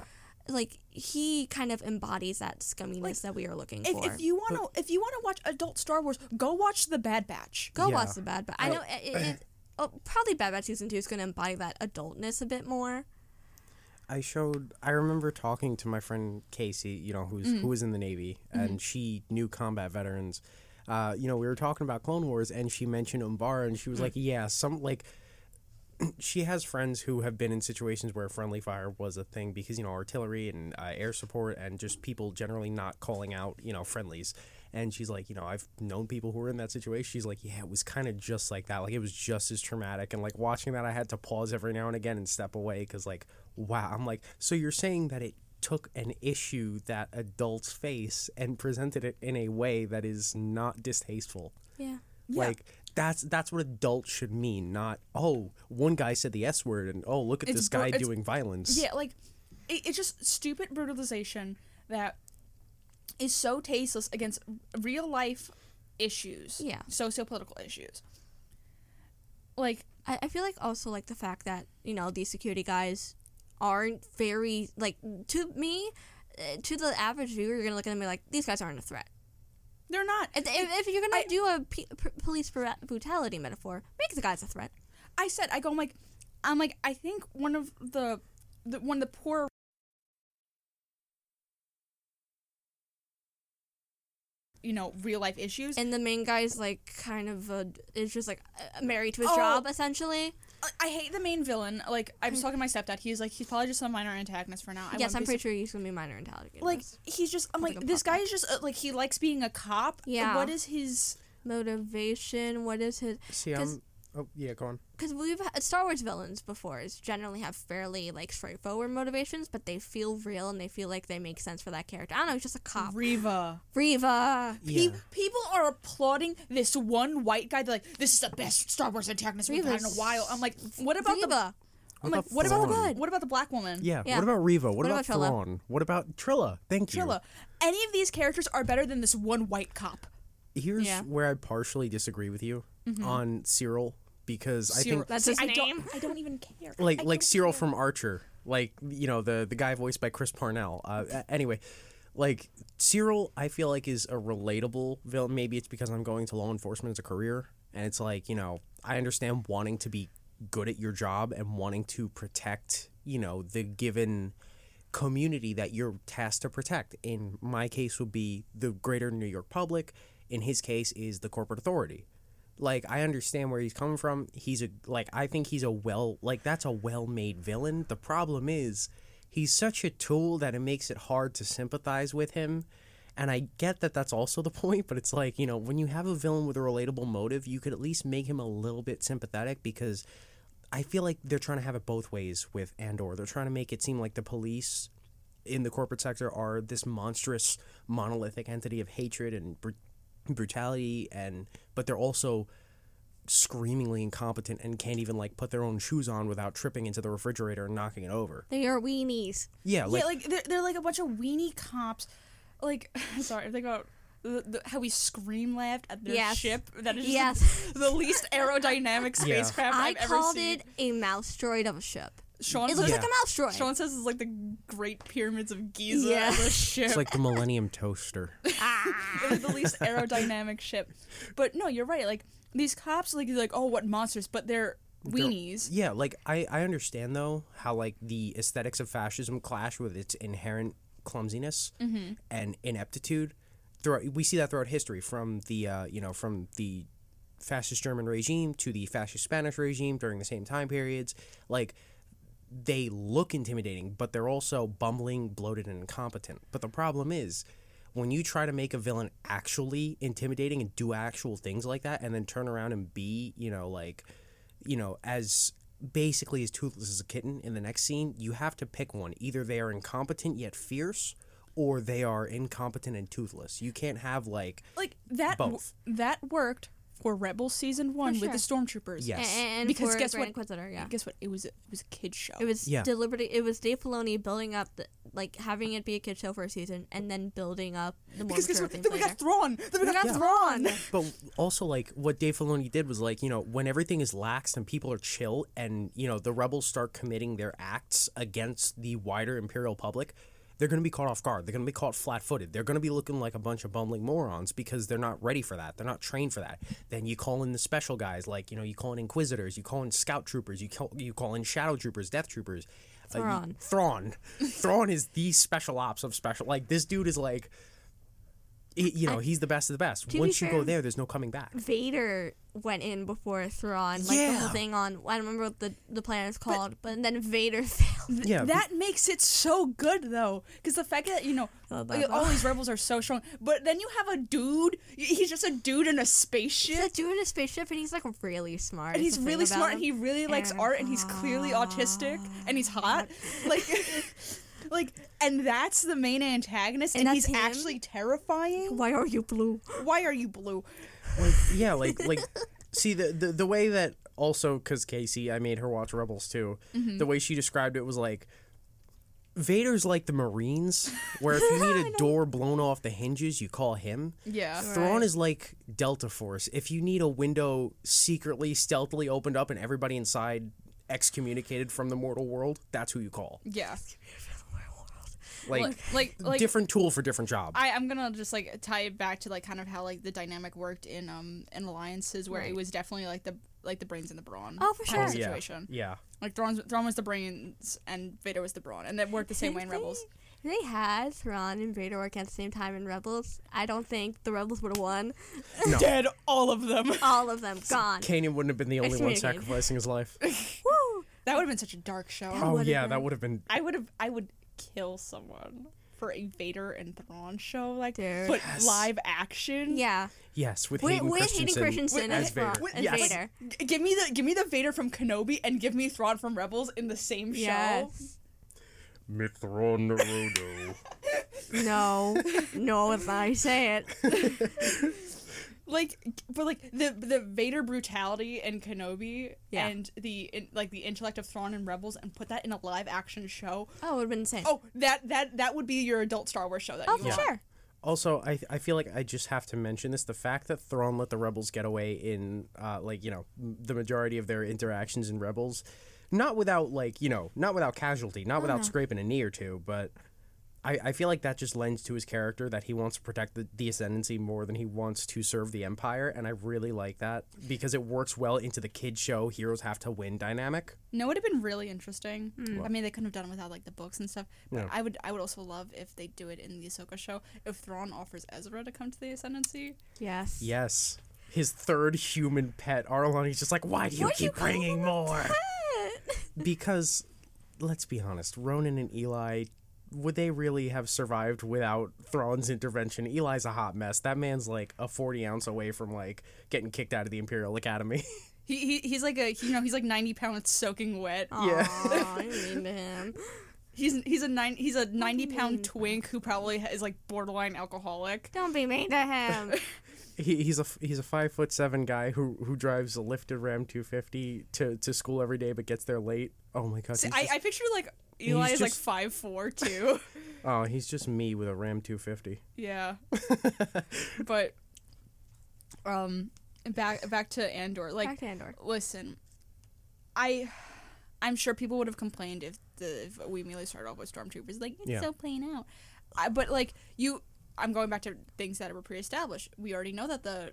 Speaker 2: Like he kind of embodies that scumminess
Speaker 1: Like,
Speaker 2: that we are looking
Speaker 1: If,
Speaker 2: for.
Speaker 1: if you want to, if you want to watch adult Star Wars, go watch the Bad Batch.
Speaker 2: Go
Speaker 3: Yeah.
Speaker 2: watch the Bad Batch. I
Speaker 3: I-
Speaker 2: know it, it, it- oh, probably Bad Batch season two is going to embody that adultness a bit more.
Speaker 3: I showed. I remember talking to my friend Casey, you know, who's who was in the Navy, and she knew combat veterans. Uh, you know, we were talking about Clone Wars, and she mentioned Umbara, and she was like, "Yeah, some like." She has friends who have been in situations where friendly fire was a thing because you know artillery and uh, air support and just people generally not calling out you know friendlies. And she's like, you know, I've known people who were in that situation. She's like, yeah, it was kind of just like that. Like it was just as traumatic. And like watching that, I had to pause every now and again and step away because like, wow. I'm like, so you're saying that it took an issue that adults face and presented it in a way that is not distasteful.
Speaker 2: Yeah.
Speaker 3: Like that's that's what adult should mean, not oh, one guy said the S word and oh look at
Speaker 1: It's
Speaker 3: this
Speaker 1: bru-
Speaker 3: guy
Speaker 1: it's-
Speaker 3: doing violence.
Speaker 1: Yeah, like it, it's just stupid brutalization that is so tasteless against real life issues.
Speaker 2: Yeah.
Speaker 1: Sociopolitical issues. Like
Speaker 2: I, I feel like also like the fact that you know these security guys aren't very like to me uh, to the average viewer you're gonna look at them and be like these guys aren't a threat
Speaker 1: they're not.
Speaker 2: if, if, if you're gonna
Speaker 1: I-
Speaker 2: do a p- p- police bra- brutality metaphor make the guys a threat
Speaker 1: I said I go I'm like I'm like I think one of the, the one of the poor you know real life issues
Speaker 2: and the main guy's like kind of uh is just like uh, married to his
Speaker 1: Oh.
Speaker 2: job essentially
Speaker 1: I- I hate the main villain. Like I was talking to my stepdad, he's like he's probably just a minor antagonist for now. I
Speaker 2: yes
Speaker 1: wouldn't
Speaker 2: i'm
Speaker 1: be
Speaker 2: pretty sure he's gonna be minor intelligent
Speaker 1: sur- like he's just. I'm
Speaker 2: Probably
Speaker 1: like
Speaker 2: gonna
Speaker 1: this
Speaker 2: pop
Speaker 1: guy is just uh, like he likes being a cop.
Speaker 2: Yeah.
Speaker 1: What is his?
Speaker 2: motivation what is his
Speaker 3: See,
Speaker 2: 'Cause-
Speaker 3: I'm oh yeah, go on.
Speaker 2: because we've had Star Wars villains before is generally have fairly like straightforward motivations, but they feel real and they feel like they make sense for that character. I don't know, he's just a cop.
Speaker 1: Riva.
Speaker 2: Reva.
Speaker 1: Pe- people are applauding this one white guy. They're like, "This is the best Star Wars antagonist we've had in a
Speaker 2: Riva's-
Speaker 1: while." I'm like, "What about the?
Speaker 2: Reva.
Speaker 1: I'm
Speaker 3: What
Speaker 1: like,
Speaker 3: about
Speaker 1: what about
Speaker 3: Thrawn?
Speaker 1: the? What about the black woman?
Speaker 3: Yeah.
Speaker 2: Yeah.
Speaker 3: What about Reva? What,
Speaker 2: about
Speaker 3: about,
Speaker 2: Trilla?
Speaker 3: Thrawn? What about Trilla? Thank you.
Speaker 1: Trilla. Any of these characters are better than this one white cop.
Speaker 3: Here's
Speaker 2: Yeah.
Speaker 3: where I partially disagree with you on Cyril because I
Speaker 1: Cyril-
Speaker 3: think
Speaker 2: That's
Speaker 1: See,
Speaker 2: his
Speaker 1: I
Speaker 2: name?
Speaker 1: Don't, I don't even care.
Speaker 3: like
Speaker 1: I
Speaker 3: like
Speaker 1: don't
Speaker 3: Cyril
Speaker 1: care.
Speaker 3: from Archer, like you know the the guy voiced by Chris Parnell. Uh, a- anyway, like Cyril, I feel like is a relatable villain. Maybe it's because I'm going to law enforcement as a career, and it's like you know I understand wanting to be good at your job and wanting to protect you know the given community that you're tasked to protect. In my case, would be the greater New York public. In his case, is the corporate authority like I understand where he's coming from. He's a like I think he's a well like that's a well-made villain. The problem is he's such a tool that it makes it hard to sympathize with him. And I get that that's also the point, but it's like, you know, when you have a villain with a relatable motive, you could at least make him a little bit sympathetic because I feel like they're trying to have it both ways with Andor. They're trying to make it seem like the police in the corporate sector are this monstrous monolithic entity of hatred and br- brutality and but they're also screamingly incompetent and can't even like put their own shoes on without tripping into the refrigerator and knocking it over.
Speaker 2: They are weenies.
Speaker 3: Yeah, like
Speaker 1: yeah, like they're, they're like a bunch of weenie cops. Like, sorry, I think about the, the, how we scream laughed at their
Speaker 2: Yes.
Speaker 1: ship. That is just
Speaker 2: Yes.
Speaker 1: the least aerodynamic
Speaker 3: Yeah.
Speaker 1: spacecraft
Speaker 2: I
Speaker 1: I've ever
Speaker 2: called
Speaker 1: seen.
Speaker 2: it a mouse droid of a ship.
Speaker 1: Sean,
Speaker 2: It looks
Speaker 1: says-
Speaker 2: like a mouse droid.
Speaker 1: Sean says it's like the Great Pyramids of Giza
Speaker 2: Yeah.
Speaker 1: as a ship.
Speaker 3: it's like the Millennium Toaster.
Speaker 1: They're the least aerodynamic ship. But no, you're right. Like these cops, like you're like, oh, what monsters? But they're weenies.
Speaker 3: yeah, like I I understand though how like the aesthetics of fascism clash with its inherent clumsiness and ineptitude. Throughout we see that throughout history from the uh, you know from the fascist German regime to the fascist Spanish regime during the same time periods. Like they look intimidating, but they're also bumbling, bloated, and incompetent. But the problem is, when you try to make a villain actually intimidating and do actual things like that, and then turn around and be, you know, like, you know, as basically as toothless as a kitten in the next scene, you have to pick one. Either they are incompetent yet fierce, or they are incompetent and toothless. You can't have like
Speaker 1: Like that. w-
Speaker 3: Both.
Speaker 1: that worked for Rebel season one with the stormtroopers.
Speaker 3: Yeah. Yes.
Speaker 2: A- And,
Speaker 1: Because
Speaker 2: for
Speaker 1: guess what-
Speaker 2: Brandon Quinzitter, yeah.
Speaker 1: Guess what? It was a, it was a kid show.
Speaker 2: It was
Speaker 3: Yeah.
Speaker 2: deliberately. It was Dave Filoni building up, the, like having it be a kid show for a season, and then building up the more
Speaker 1: because guess
Speaker 2: mature
Speaker 1: what?
Speaker 2: things
Speaker 1: Then
Speaker 2: later.
Speaker 1: we got Thrawn. Then we got
Speaker 2: Yeah.
Speaker 1: Thrawn.
Speaker 3: But also, like what Dave Filoni did was like you know when everything is lax and people are chill and you know the rebels start committing their acts against the wider imperial public, they're going to be caught off guard. They're going to be caught flat-footed. They're going to be looking like a bunch of bumbling morons because they're not ready for that. They're not trained for that. Then you call in the special guys, like you know you call in inquisitors, you call in scout troopers, you call you call in shadow troopers, death troopers. Uh, you-
Speaker 2: Thrawn.
Speaker 3: Thrawn. Thrawn is the special ops of special. Like this dude is like he- you know, he's the best of the best.
Speaker 2: be
Speaker 3: Once you
Speaker 2: fair-
Speaker 3: go there, there's no coming back.
Speaker 2: Vader went in before Thrawn, like the whole
Speaker 3: Yeah.
Speaker 2: thing on. I don't remember what the the planet is called, but, then Vader failed.
Speaker 3: Yeah,
Speaker 1: That makes it so good though, because the fact that you know
Speaker 2: Oh,
Speaker 1: like,
Speaker 2: Bobo.
Speaker 1: all these rebels are so strong, but then you have a dude. y- He's just a dude in a
Speaker 2: He's
Speaker 1: spaceship,
Speaker 2: like doing a spaceship, and he's like really smart.
Speaker 1: and
Speaker 2: is
Speaker 1: he's
Speaker 2: the thing
Speaker 1: really
Speaker 2: about
Speaker 1: smart, and
Speaker 2: him.
Speaker 1: he really likes
Speaker 2: And-
Speaker 1: art, and he's clearly autistic, and he's hot. Like, like, and that's the main antagonist,
Speaker 2: And
Speaker 1: and,
Speaker 2: that's
Speaker 1: he's
Speaker 2: him?
Speaker 1: actually terrifying.
Speaker 2: Why are you blue?
Speaker 1: Why are you blue?
Speaker 3: like yeah, like like see the the, the way that also because Casey, I made her watch Rebels too.
Speaker 1: Mm-hmm.
Speaker 3: The way she described it was like Vader's like the Marines, where if you need a door blown off the hinges, you call him.
Speaker 1: Yeah.
Speaker 3: Thrawn
Speaker 2: Right.
Speaker 3: is like Delta Force. If you need a window secretly, stealthily opened up and everybody inside excommunicated from the mortal world, that's who you call.
Speaker 1: Yeah.
Speaker 3: Like,
Speaker 1: like, like
Speaker 3: different tool for different job.
Speaker 1: I, I'm gonna just like tie it back to like kind of how like the dynamic worked in um in alliances where it was definitely like the like the brains and the brawn.
Speaker 2: Oh, for
Speaker 1: kind of
Speaker 2: sure.
Speaker 3: yeah.
Speaker 1: Situation.
Speaker 3: Yeah.
Speaker 1: Like Thrawn, Thrawn was the brains and Vader was the brawn, and it worked the same way in Rebels.
Speaker 2: If they had Thrawn and Vader work at the same time in Rebels, I don't think the Rebels would have won.
Speaker 3: No.
Speaker 1: Dead all of them.
Speaker 2: All of them gone.
Speaker 3: Kanan wouldn't have been the only one
Speaker 2: Excommunicated.
Speaker 3: sacrificing his life.
Speaker 2: Woo!
Speaker 1: That would have been such a dark show.
Speaker 2: That
Speaker 3: oh
Speaker 2: would've
Speaker 3: yeah,
Speaker 2: been-
Speaker 3: that would have been.
Speaker 1: I would have. I would kill someone for a Vader and Thrawn show like
Speaker 2: Dude.
Speaker 1: but
Speaker 3: Yes.
Speaker 1: live action.
Speaker 2: Yeah.
Speaker 3: Yes, with
Speaker 2: With
Speaker 3: Hayden
Speaker 2: with
Speaker 3: Christensen.
Speaker 2: Hayden Christensen
Speaker 3: as
Speaker 2: as Thrawn-
Speaker 3: Vader.
Speaker 2: as
Speaker 3: Yes.
Speaker 2: Vader.
Speaker 1: G- give me the give me the Vader from Kenobi and give me Thrawn from Rebels in the same show.
Speaker 2: Yes.
Speaker 3: Mithron Naruto.
Speaker 2: No, no, if I say it.
Speaker 1: like but like the the Vader brutality and Kenobi
Speaker 2: Yeah.
Speaker 1: and the in, like the intellect of Thrawn and Rebels and put that in a live action show.
Speaker 2: Oh, it would have been insane.
Speaker 1: Oh, that that that would be your adult Star Wars show that
Speaker 2: Oh,
Speaker 1: you
Speaker 2: for
Speaker 1: want.
Speaker 2: sure.
Speaker 3: also, I I feel like I just have to mention this: the fact that Thrawn let the rebels get away in, uh, like you know, m- the majority of their interactions in Rebels, not without like you know, not without casualty, not without scraping a knee or two, but. I, I feel like that just lends to his character that he wants to protect the, the ascendancy more than he wants to serve the empire, and I really like that because it works well into the kid show heroes have to win dynamic.
Speaker 1: No, it would have been really interesting.
Speaker 2: Hmm.
Speaker 1: I mean, they couldn't have done it without like the books and stuff. But
Speaker 3: Yeah.
Speaker 1: I would, I would also love if they do it in the Ahsoka show. If Thrawn offers Ezra to come to the Ascendancy,
Speaker 2: Yes.
Speaker 3: Yes. His third human pet, Arlani's just like, why do you
Speaker 2: Why do you
Speaker 3: keep
Speaker 2: call
Speaker 3: bringing more?
Speaker 2: But-
Speaker 3: because, let's be honest, Ronan and Eli, would they really have survived without Thrawn's intervention? Eli's a hot mess. That man's like a 40 ounce away from like getting kicked out of the Imperial Academy.
Speaker 1: he, he he's like a you know he's like ninety pounds soaking wet.
Speaker 3: Yeah.
Speaker 2: Aw, I mean to him.
Speaker 1: He's he's a nine he's a ninety pound twink who probably is like borderline alcoholic.
Speaker 2: Don't be mean to him.
Speaker 3: he, he's a he's a five foot seven guy who who drives a lifted Ram 250 to, to school every day but gets there late. Oh my god.
Speaker 1: See,
Speaker 3: he's
Speaker 1: I,
Speaker 3: just-
Speaker 1: I picture like Eli
Speaker 3: he's
Speaker 1: is like
Speaker 3: just-
Speaker 1: five four too.
Speaker 3: oh, he's just me with a Ram 250.
Speaker 1: yeah, but um, back back to Andor. Like
Speaker 2: Back to Andor.
Speaker 1: listen, I, I'm sure people would have complained if the if we immediately started off with stormtroopers. Like it's
Speaker 3: Yeah.
Speaker 1: so plain out, I, but like you, I'm going back to things that were pre-established. We already know that the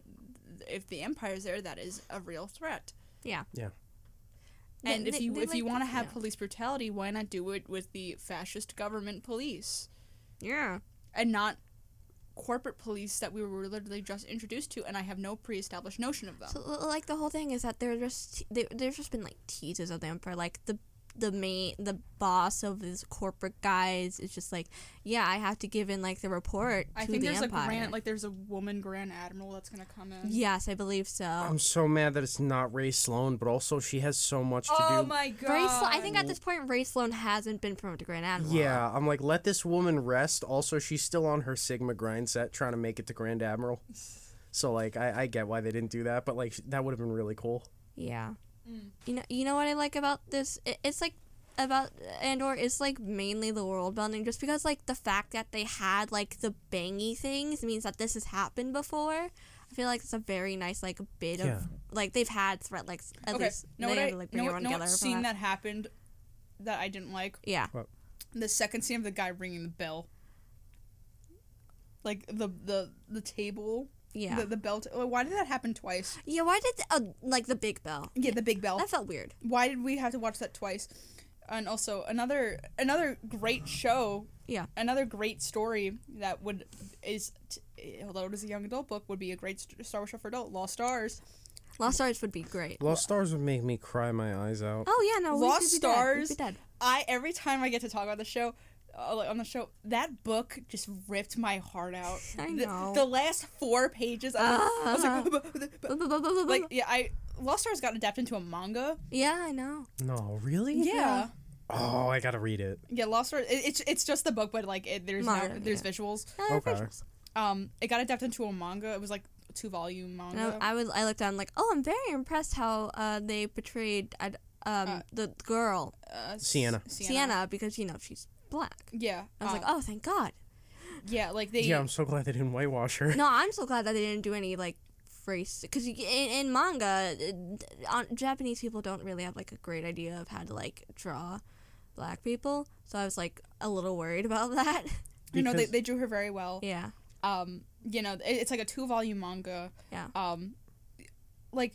Speaker 1: if the empire's there, that is a real threat.
Speaker 2: Yeah.
Speaker 3: Yeah.
Speaker 1: And
Speaker 2: They-
Speaker 1: if
Speaker 2: they-
Speaker 1: you
Speaker 2: they
Speaker 1: if you
Speaker 2: like
Speaker 1: want to
Speaker 2: that,
Speaker 1: have
Speaker 2: yeah.
Speaker 1: police brutality, why not do it with the fascist government police
Speaker 2: Yeah.
Speaker 1: and not corporate police that we were literally just introduced to, and I have no pre-established notion of them.
Speaker 2: So l- like the whole thing is that there just there, there's just been like teases of the emperor, like the the main the boss of these corporate guys is just like, yeah, I have to give in like the report
Speaker 1: I
Speaker 2: to
Speaker 1: think
Speaker 2: the
Speaker 1: there's
Speaker 2: empire.
Speaker 1: a grand like there's a woman grand admiral that's gonna come in.
Speaker 2: yes, I believe so.
Speaker 3: I'm so mad that it's not Ray Sloan, but also she has so much to
Speaker 1: Oh
Speaker 3: do.
Speaker 1: my god.
Speaker 2: Ray Slo- I think at this point, Ray Sloan hasn't been promoted to Grand Admiral.
Speaker 3: Yeah, I'm like, let this woman rest. Also, she's still on her Sigma grind set trying to make it to Grand Admiral. So like I, I get why they didn't do that, but like sh- that would have been really cool.
Speaker 2: Yeah.
Speaker 1: Mm.
Speaker 2: You know, you know what I like about this? It, it's like about Andor is like mainly the world building, just because like the fact that they had like the bangy things means that this has happened before. I feel like it's a very nice like bit
Speaker 3: Yeah.
Speaker 2: of like they've had threat like s- at
Speaker 1: okay.
Speaker 2: least
Speaker 1: No,
Speaker 2: they
Speaker 1: what
Speaker 2: had
Speaker 1: I
Speaker 2: to like bring
Speaker 1: know what,
Speaker 2: everyone
Speaker 1: know
Speaker 2: together.
Speaker 1: what
Speaker 2: from
Speaker 1: scene that happened that I didn't like
Speaker 2: Yeah,
Speaker 1: the second scene of the guy ringing the bell. Like the the the table,
Speaker 2: yeah,
Speaker 1: the, the bell. T- oh, why did that happen twice?
Speaker 2: yeah. Why did the, uh, like the big bell?
Speaker 1: Yeah, the big bell.
Speaker 2: That felt weird.
Speaker 1: why did we have to watch that twice? And also another another great show.
Speaker 2: Yeah.
Speaker 1: Another great story that would is t- eh, although it is a young adult book would be a great st- Star Wars show for adult. Lost Stars.
Speaker 2: Lost Stars would be great.
Speaker 3: Lost Stars would make me cry my eyes out.
Speaker 2: Oh yeah, no, we-
Speaker 1: Lost
Speaker 2: we'd be
Speaker 1: Stars-
Speaker 2: Dead. We'd be dead.
Speaker 1: I every time I get to talk about the show uh, like, on the show that book just ripped my heart out.
Speaker 2: I
Speaker 1: The-
Speaker 2: know. Ah.
Speaker 1: The, last four pages. I was, I was like,
Speaker 2: Bu- bu- bu- bu- bu-
Speaker 1: like yeah, I Lost Stars got adapted into a manga.
Speaker 2: yeah, I know.
Speaker 3: No, really?
Speaker 1: Yeah.
Speaker 3: Oh, I gotta read it.
Speaker 1: Yeah, Lost Stars. It, it's it's just the book, but like it, there's no
Speaker 2: Modern,
Speaker 1: there's
Speaker 2: yeah.
Speaker 1: visuals.
Speaker 2: No, Oh, they're
Speaker 3: Okay.
Speaker 2: visuals.
Speaker 1: Um, it got adapted into a manga. It was like a two volume manga.
Speaker 2: And I, I was I looked down like, oh, I'm very impressed how uh, they portrayed uh, um,
Speaker 1: Uh,
Speaker 2: the girl
Speaker 1: uh,
Speaker 3: Sienna.
Speaker 1: S-
Speaker 2: Sienna. because you know she's black.
Speaker 1: Yeah.
Speaker 2: I was
Speaker 1: um,
Speaker 2: like, "Ah." oh, thank God.
Speaker 1: yeah, like they.
Speaker 3: Yeah, I'm so glad they didn't whitewash her.
Speaker 2: No, I'm so glad that they didn't do any like race because in, in manga, uh, on, Japanese people don't really have like a great idea of how to like draw black people. So I was like a little worried about that.
Speaker 1: you know, they,
Speaker 3: because-
Speaker 1: they drew her very well.
Speaker 2: yeah,
Speaker 1: Um, you know, it, it's like a two volume manga.
Speaker 2: Yeah.
Speaker 1: Um, like,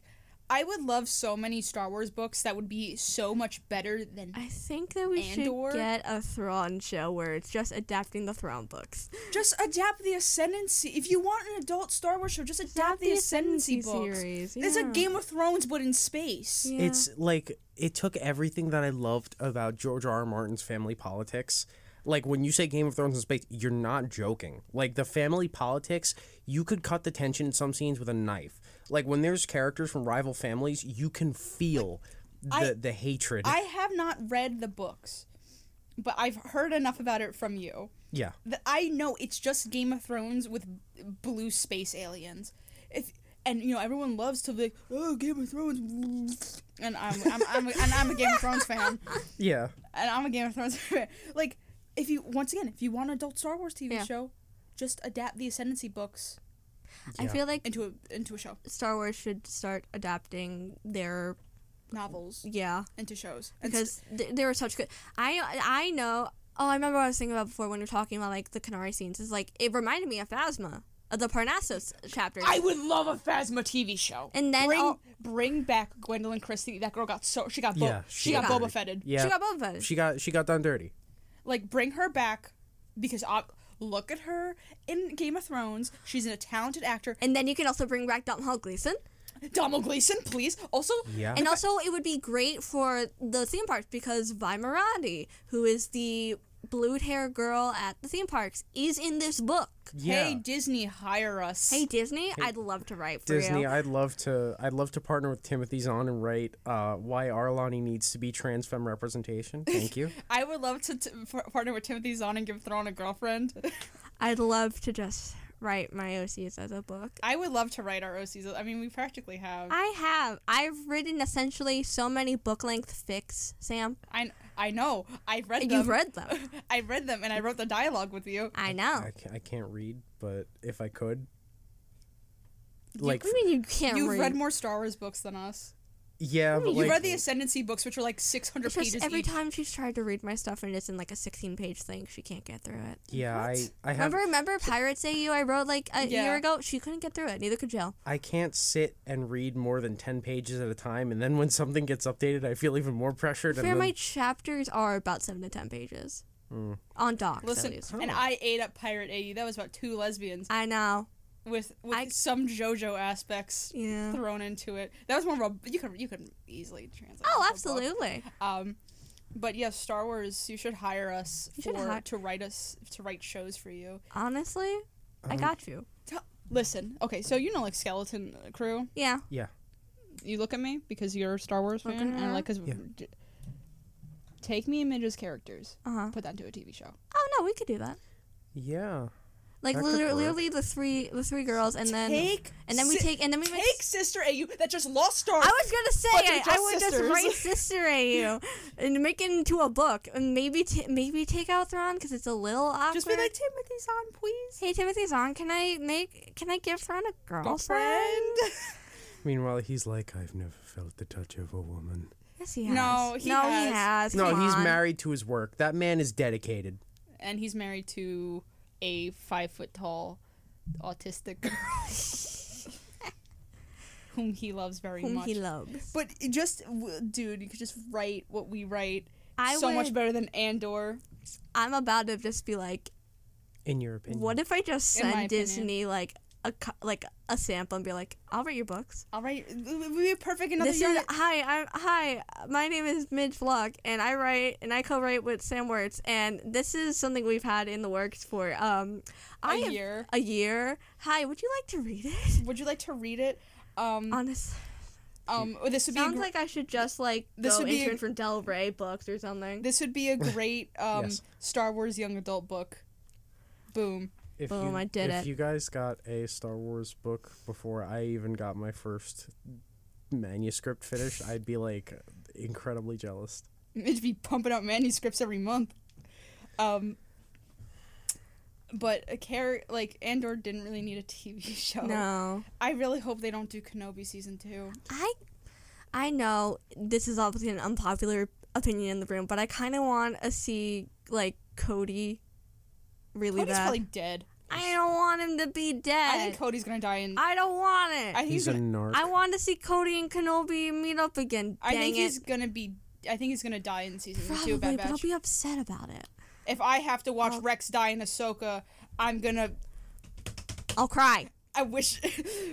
Speaker 1: I would love so many Star Wars books that would be so much better than
Speaker 2: I think that we
Speaker 1: Andor?
Speaker 2: should get a Thrawn show where it's just adapting the Thrawn books.
Speaker 1: just adapt the Ascendancy. If you want an adult Star Wars show, just adapt, the, Ascendancy, books.
Speaker 2: series.
Speaker 1: It's a
Speaker 2: yeah.
Speaker 1: Game of Thrones, but in space.
Speaker 2: Yeah.
Speaker 3: It's like it took everything that I loved about George R. R. Martin's family politics. Like when you say Game of Thrones in space, you're not joking. Like the family politics, you could cut the tension in some scenes with a knife. Like when there's characters from rival families, you can feel the, the hatred.
Speaker 1: I have not read the books, but I've heard enough about it from you.
Speaker 3: yeah.
Speaker 1: that I know it's just Game of Thrones with blue space aliens. If and you know everyone loves to be like, oh Game of Thrones, and I'm I'm, I'm and I'm a Game of Thrones fan,
Speaker 3: Yeah.
Speaker 1: and I'm a Game of Thrones fan. Like if you once again if you want an adult Star Wars TV
Speaker 2: Yeah.
Speaker 1: show, just adapt the Ascendancy books
Speaker 2: I
Speaker 3: Yeah.
Speaker 2: feel like
Speaker 1: into a into a show
Speaker 2: Star Wars should start adapting their
Speaker 1: novels
Speaker 2: yeah
Speaker 1: into shows And s-
Speaker 2: because th- they were such good. I I know. Oh, I remember what I was thinking about before when we were talking about like the Canary scenes. It's like it reminded me of Phasma, of the Parnassus chapters.
Speaker 1: I would love a Phasma TV show.
Speaker 2: And then
Speaker 1: bring
Speaker 2: I'll-
Speaker 1: bring back Gwendolyn Christie. That girl got so she got bo-
Speaker 3: Yeah,
Speaker 1: she,
Speaker 3: she
Speaker 1: got,
Speaker 3: got
Speaker 1: Boba
Speaker 3: dirty.
Speaker 1: Fetted.
Speaker 3: Yeah.
Speaker 2: She got both of us.
Speaker 3: She got she got done dirty.
Speaker 1: like bring her back because uh, look at her in Game of Thrones. She's a talented actor.
Speaker 2: and then you can also bring back Dalton Hall Gleason.
Speaker 1: Donald Gleason, please. Also,
Speaker 3: Yeah.
Speaker 2: And also, it would be great for the theme parks because Vi Maradi, who is the blued hair girl at the theme parks, is in this book.
Speaker 3: yeah.
Speaker 1: hey Disney, hire us.
Speaker 2: Hey Disney, I'd love to write for
Speaker 3: Disney,
Speaker 2: you.
Speaker 3: I'd love to. I'd love to partner with Timothy Zahn and write uh, why Arlani needs to be trans femme representation. Thank you.
Speaker 1: I would love to t- par- partner with Timothy Zahn and give Thrawn a girlfriend.
Speaker 2: I'd love to just write my OCs as a book.
Speaker 1: I would love to write our OCs. I mean, we practically have.
Speaker 2: I have. I've written essentially so many book length fics, Sam.
Speaker 1: I I know. I've read
Speaker 2: And
Speaker 1: them.
Speaker 2: you've read them.
Speaker 1: I read them and I wrote the dialogue with you.
Speaker 2: I know.
Speaker 3: I, ca- I can't read, but if I could,
Speaker 1: You-
Speaker 3: like,
Speaker 2: What do you mean you can't
Speaker 1: You've
Speaker 2: read?
Speaker 1: read more Star Wars books than us.
Speaker 3: yeah, but
Speaker 1: You
Speaker 3: like,
Speaker 1: read the Ascendancy books, which are like 600
Speaker 2: It's
Speaker 1: pages
Speaker 2: just every
Speaker 1: each.
Speaker 2: time she's tried to read my stuff and it's in like a 16 page thing, she can't get through it.
Speaker 3: yeah, I, I have,
Speaker 2: Remember, remember Pirates AU I wrote like a
Speaker 1: Yeah.
Speaker 2: year ago? She couldn't get through it. Neither could Jill.
Speaker 3: I can't sit and read more than ten pages at a time, and then when something gets updated, I feel even more pressured.
Speaker 2: Fair,
Speaker 3: and then,
Speaker 2: my chapters are about 7 to 10 pages.
Speaker 3: Hmm.
Speaker 2: On docs, at
Speaker 1: Listen,
Speaker 2: least.
Speaker 1: and I ate up Pirate AU. That was about two lesbians.
Speaker 2: I know.
Speaker 1: with with
Speaker 2: I-
Speaker 1: some JoJo aspects
Speaker 2: Yeah.
Speaker 1: thrown into it. That was more of a- you could you could easily translate.
Speaker 2: Oh,
Speaker 1: that to a book.
Speaker 2: absolutely.
Speaker 1: Um, but yes, Star Wars. You should hire us
Speaker 2: You should
Speaker 1: for
Speaker 2: hi-
Speaker 1: to write us to write shows for you.
Speaker 2: Honestly,
Speaker 3: Uh-huh.
Speaker 2: I got you.
Speaker 1: T- Listen, okay, so you know like Skeleton Crew.
Speaker 2: Yeah.
Speaker 3: yeah,
Speaker 1: You look at me because you're a Star Wars fan,
Speaker 2: Looking
Speaker 1: and I
Speaker 2: at
Speaker 1: like because
Speaker 3: Yeah.
Speaker 1: take me and Midge's characters,
Speaker 2: Uh huh.
Speaker 1: put that into a TV show.
Speaker 2: Oh, no, we could do that.
Speaker 3: yeah.
Speaker 2: Like
Speaker 3: That could
Speaker 2: literally,
Speaker 3: work.
Speaker 2: literally the three the three girls, and then
Speaker 1: Take
Speaker 2: and then we
Speaker 1: si-
Speaker 2: take and then we make.
Speaker 1: Take Sister AU that just lost Star.
Speaker 2: I was gonna say
Speaker 1: But they're
Speaker 2: I
Speaker 1: just
Speaker 2: would
Speaker 1: sisters.
Speaker 2: just write Sister AU and make it into a book, and maybe t- maybe take out Thrawn because it's a little awkward.
Speaker 1: Just be like, Timothy's on, please.
Speaker 2: hey Timothy's on. Can I make? Can I give Thrawn a girlfriend?
Speaker 3: Meanwhile, he's like, I've never felt the touch of a woman.
Speaker 2: Yes, he has.
Speaker 1: No, he
Speaker 2: no, he
Speaker 1: has.
Speaker 2: has.
Speaker 3: No,
Speaker 2: Come
Speaker 3: he's
Speaker 2: on.
Speaker 3: married to his work. That man is dedicated.
Speaker 1: And he's married to a five foot tall autistic girl whom he loves very
Speaker 2: Whom
Speaker 1: much.
Speaker 2: he loves.
Speaker 1: but it just, w- dude, you could just write what we write
Speaker 2: I
Speaker 1: so much
Speaker 2: would-
Speaker 1: better than Andor.
Speaker 2: I'm about to just be like,
Speaker 3: In your opinion,
Speaker 2: what if I just
Speaker 1: In my
Speaker 2: send
Speaker 1: opinion.
Speaker 2: Disney like a co- like a sample and be like, I'll read your books.
Speaker 1: All right, it would be perfect another
Speaker 2: this
Speaker 1: year.
Speaker 2: is hi, I'm hi. My name is Midge Vlog, and I write and I co-write with Sam Wertz, and this is something we've had in the works for um, I
Speaker 1: A
Speaker 2: am-
Speaker 1: year.
Speaker 2: a year. Hi, would you like to read it?
Speaker 1: Would you like to read it? Um,
Speaker 2: Honestly,
Speaker 1: um, this would be a
Speaker 2: Uh, sounds
Speaker 1: gr-
Speaker 2: like I should just like
Speaker 1: This
Speaker 2: this go
Speaker 1: would be a-
Speaker 2: intern for Del Rey books or something.
Speaker 1: this would be a great um,
Speaker 3: Yes.
Speaker 1: Star Wars young adult book. Boom.
Speaker 3: If
Speaker 2: Boom,
Speaker 3: you,
Speaker 2: I did
Speaker 3: if
Speaker 2: it.
Speaker 3: you guys got a Star Wars book before I even got my first manuscript finished, I'd be like incredibly jealous.
Speaker 1: It'd be pumping out manuscripts every month. Um, but a care like Andor didn't really need a TV show.
Speaker 2: no,
Speaker 1: I really hope they don't do Kenobi season two.
Speaker 2: I I know this is obviously an unpopular opinion in the room, but I kind of want to see like Cody really
Speaker 1: Cody's
Speaker 2: bad.
Speaker 1: probably dead.
Speaker 2: I don't want him to be dead.
Speaker 1: I think Cody's gonna die in. I,
Speaker 2: I don't want it. I,
Speaker 1: think he's.
Speaker 3: He's a
Speaker 1: Gonna,
Speaker 3: narc.
Speaker 2: want to see Cody and Kenobi meet up again.
Speaker 1: I
Speaker 2: Dang
Speaker 1: think
Speaker 2: it.
Speaker 1: he's gonna be. I think he's gonna die in season
Speaker 2: probably,
Speaker 1: two. of Bad
Speaker 2: but I'll
Speaker 1: Batch.
Speaker 2: be upset about it.
Speaker 1: if I have to watch
Speaker 2: I'll-
Speaker 1: Rex die in Ahsoka, I'm gonna.
Speaker 2: I'll cry.
Speaker 1: I wish.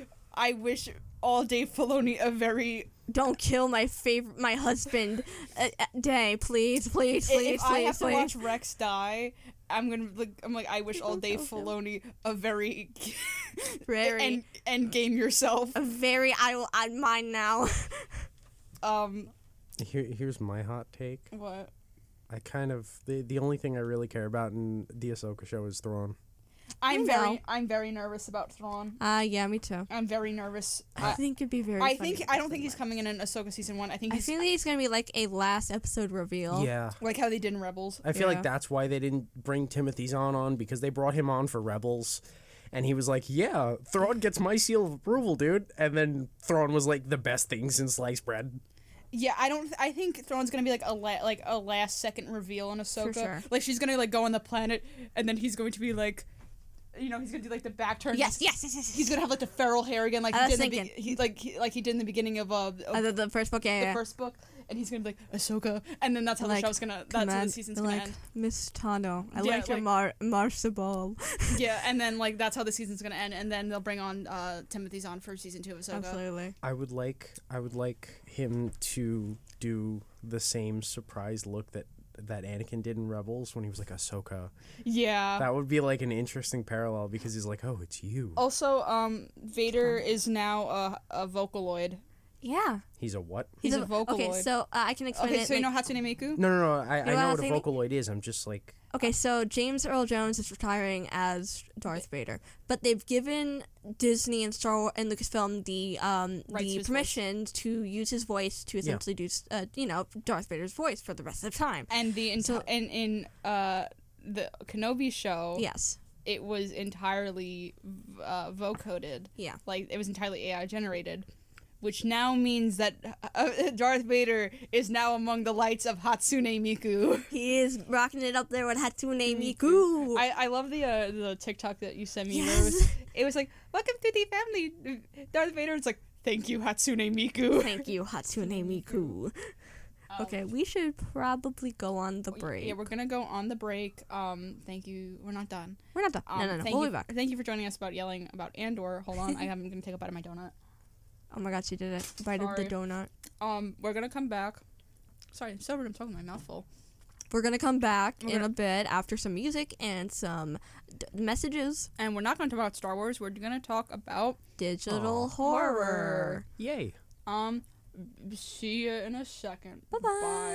Speaker 1: I wish all Dave Filoni a very.
Speaker 2: Don't kill my favorite, my husband. Uh, uh, day, please, please, please,
Speaker 1: if
Speaker 2: please,
Speaker 1: I have
Speaker 2: please.
Speaker 1: to watch Rex die, I'm gonna. Like, I'm like, I wish all Dave
Speaker 2: kill him.
Speaker 1: Filoni a very.
Speaker 2: Very.
Speaker 1: And end game yourself.
Speaker 2: A very. I will add mine now.
Speaker 1: Um.
Speaker 3: Here, here's my hot take.
Speaker 1: What?
Speaker 3: I kind of the the only thing I really care about in the Ahsoka show is Thrawn.
Speaker 1: I'm
Speaker 2: You
Speaker 1: very.
Speaker 2: know.
Speaker 1: I'm very nervous about Thrawn.
Speaker 2: Ah, uh, yeah, me too.
Speaker 1: I'm very nervous.
Speaker 2: I
Speaker 1: I,
Speaker 2: think it'd be very.
Speaker 1: I
Speaker 2: funny
Speaker 1: think.
Speaker 2: if
Speaker 1: I
Speaker 2: they
Speaker 1: don't
Speaker 2: did
Speaker 1: think he's
Speaker 2: that.
Speaker 1: coming in in Ahsoka season one. I think
Speaker 2: I
Speaker 1: he's
Speaker 2: feel like it's gonna be like a last episode reveal.
Speaker 3: Yeah.
Speaker 1: like how they did in Rebels.
Speaker 3: I feel like
Speaker 2: Oh? Yeah.
Speaker 3: that's why they didn't bring Timothy Zahn on because they brought him on for Rebels. And he was like, Yeah, Thrawn gets my seal of approval, dude. And then Thrawn was like the best thing since sliced bread.
Speaker 1: Yeah, I don't. I think Thrawn's gonna be like a la- like a last second reveal on Ahsoka.
Speaker 2: sure.
Speaker 1: Like she's gonna like go on the planet, and then he's going to be like, you know, he's gonna do like the back turn.
Speaker 2: Yes, yes, yes, yes.
Speaker 1: He's gonna have like the feral hair again, like
Speaker 2: I
Speaker 1: he did
Speaker 2: was
Speaker 1: in the be-
Speaker 2: thinking.
Speaker 1: he like he, like he did in the beginning of uh, of
Speaker 2: Uh, the, the first book, yeah,
Speaker 1: the
Speaker 2: yeah.
Speaker 1: first book, and he's gonna be like Ahsoka, and then that's how
Speaker 2: Like,
Speaker 1: the show's gonna that's
Speaker 2: Come
Speaker 1: how
Speaker 2: on,
Speaker 1: the season's
Speaker 2: they're
Speaker 1: gonna
Speaker 2: like,
Speaker 1: end.
Speaker 2: Miss Tano, I
Speaker 1: Yeah,
Speaker 2: like your
Speaker 1: like-
Speaker 2: Mar Marsabal.
Speaker 1: yeah, and then like that's how the season's gonna end, and then they'll bring on uh Timothy's on for season two of Ahsoka.
Speaker 2: Absolutely.
Speaker 3: I would like I would like him to do the same surprise look that that Anakin did in Rebels when he was like Ahsoka.
Speaker 1: Yeah.
Speaker 3: That would be like an interesting parallel because he's like, Oh, it's you.
Speaker 1: also, um, Vader is now a, a Vocaloid.
Speaker 2: Yeah.
Speaker 3: He's a what?
Speaker 1: He's a
Speaker 2: Okay,
Speaker 1: Vocaloid.
Speaker 2: so uh, I can explain
Speaker 1: Okay,
Speaker 2: it.
Speaker 1: so you
Speaker 2: like-
Speaker 1: know Hatsune Miku.
Speaker 3: No no no,
Speaker 2: know
Speaker 3: I, I know
Speaker 2: what
Speaker 3: what a
Speaker 2: I was
Speaker 3: Vocaloid is. I'm just like
Speaker 2: Okay, so James Earl Jones is retiring as Darth Vader, but they've given Disney and Star Wars and Lucasfilm the um
Speaker 1: Rights to
Speaker 2: the
Speaker 1: his
Speaker 2: permission to use his voice to essentially do uh, you know Darth Vader's voice for the rest of time.
Speaker 1: and the enti-
Speaker 2: So-
Speaker 1: and in uh the Kenobi show,
Speaker 2: Yes.
Speaker 1: it was entirely uh, vocoded.
Speaker 2: Yeah.
Speaker 1: Like it was entirely AI generated, which now means that uh, Darth Vader is now among the lights of Hatsune Miku.
Speaker 2: He is rocking it up there with Hatsune Miku.
Speaker 1: I, I love the uh, the TikTok that you sent me. Where it, was,
Speaker 2: Yes.
Speaker 1: it was like, "Welcome to the family, Darth Vader." It's like, "Thank you, Hatsune Miku."
Speaker 2: Thank you, Hatsune
Speaker 1: Um,
Speaker 2: Miku. Okay, we should probably go on the break.
Speaker 1: Yeah, we're gonna go on the break. Um, thank you. We're not done.
Speaker 2: we're not done.
Speaker 1: Um,
Speaker 2: no, no, no.
Speaker 1: Thank
Speaker 2: We'll
Speaker 1: you,
Speaker 2: be back.
Speaker 1: Thank you for joining us about yelling about Andor. Hold on, I am gonna take a bite of my donut.
Speaker 2: Oh my god, she did it. Bited
Speaker 1: Sorry.
Speaker 2: the donut.
Speaker 1: Um, we're gonna come back. Sorry, I'm so rude. I'm talking with my mouth full.
Speaker 2: We're gonna come back
Speaker 1: We're
Speaker 2: in
Speaker 1: gonna-
Speaker 2: a bit after some music and some d- messages.
Speaker 1: And we're not gonna talk about Star Wars. We're gonna talk about
Speaker 2: Digital
Speaker 3: Aw.
Speaker 2: horror.
Speaker 3: Yay.
Speaker 1: um. See you in a second.
Speaker 2: Bye-bye.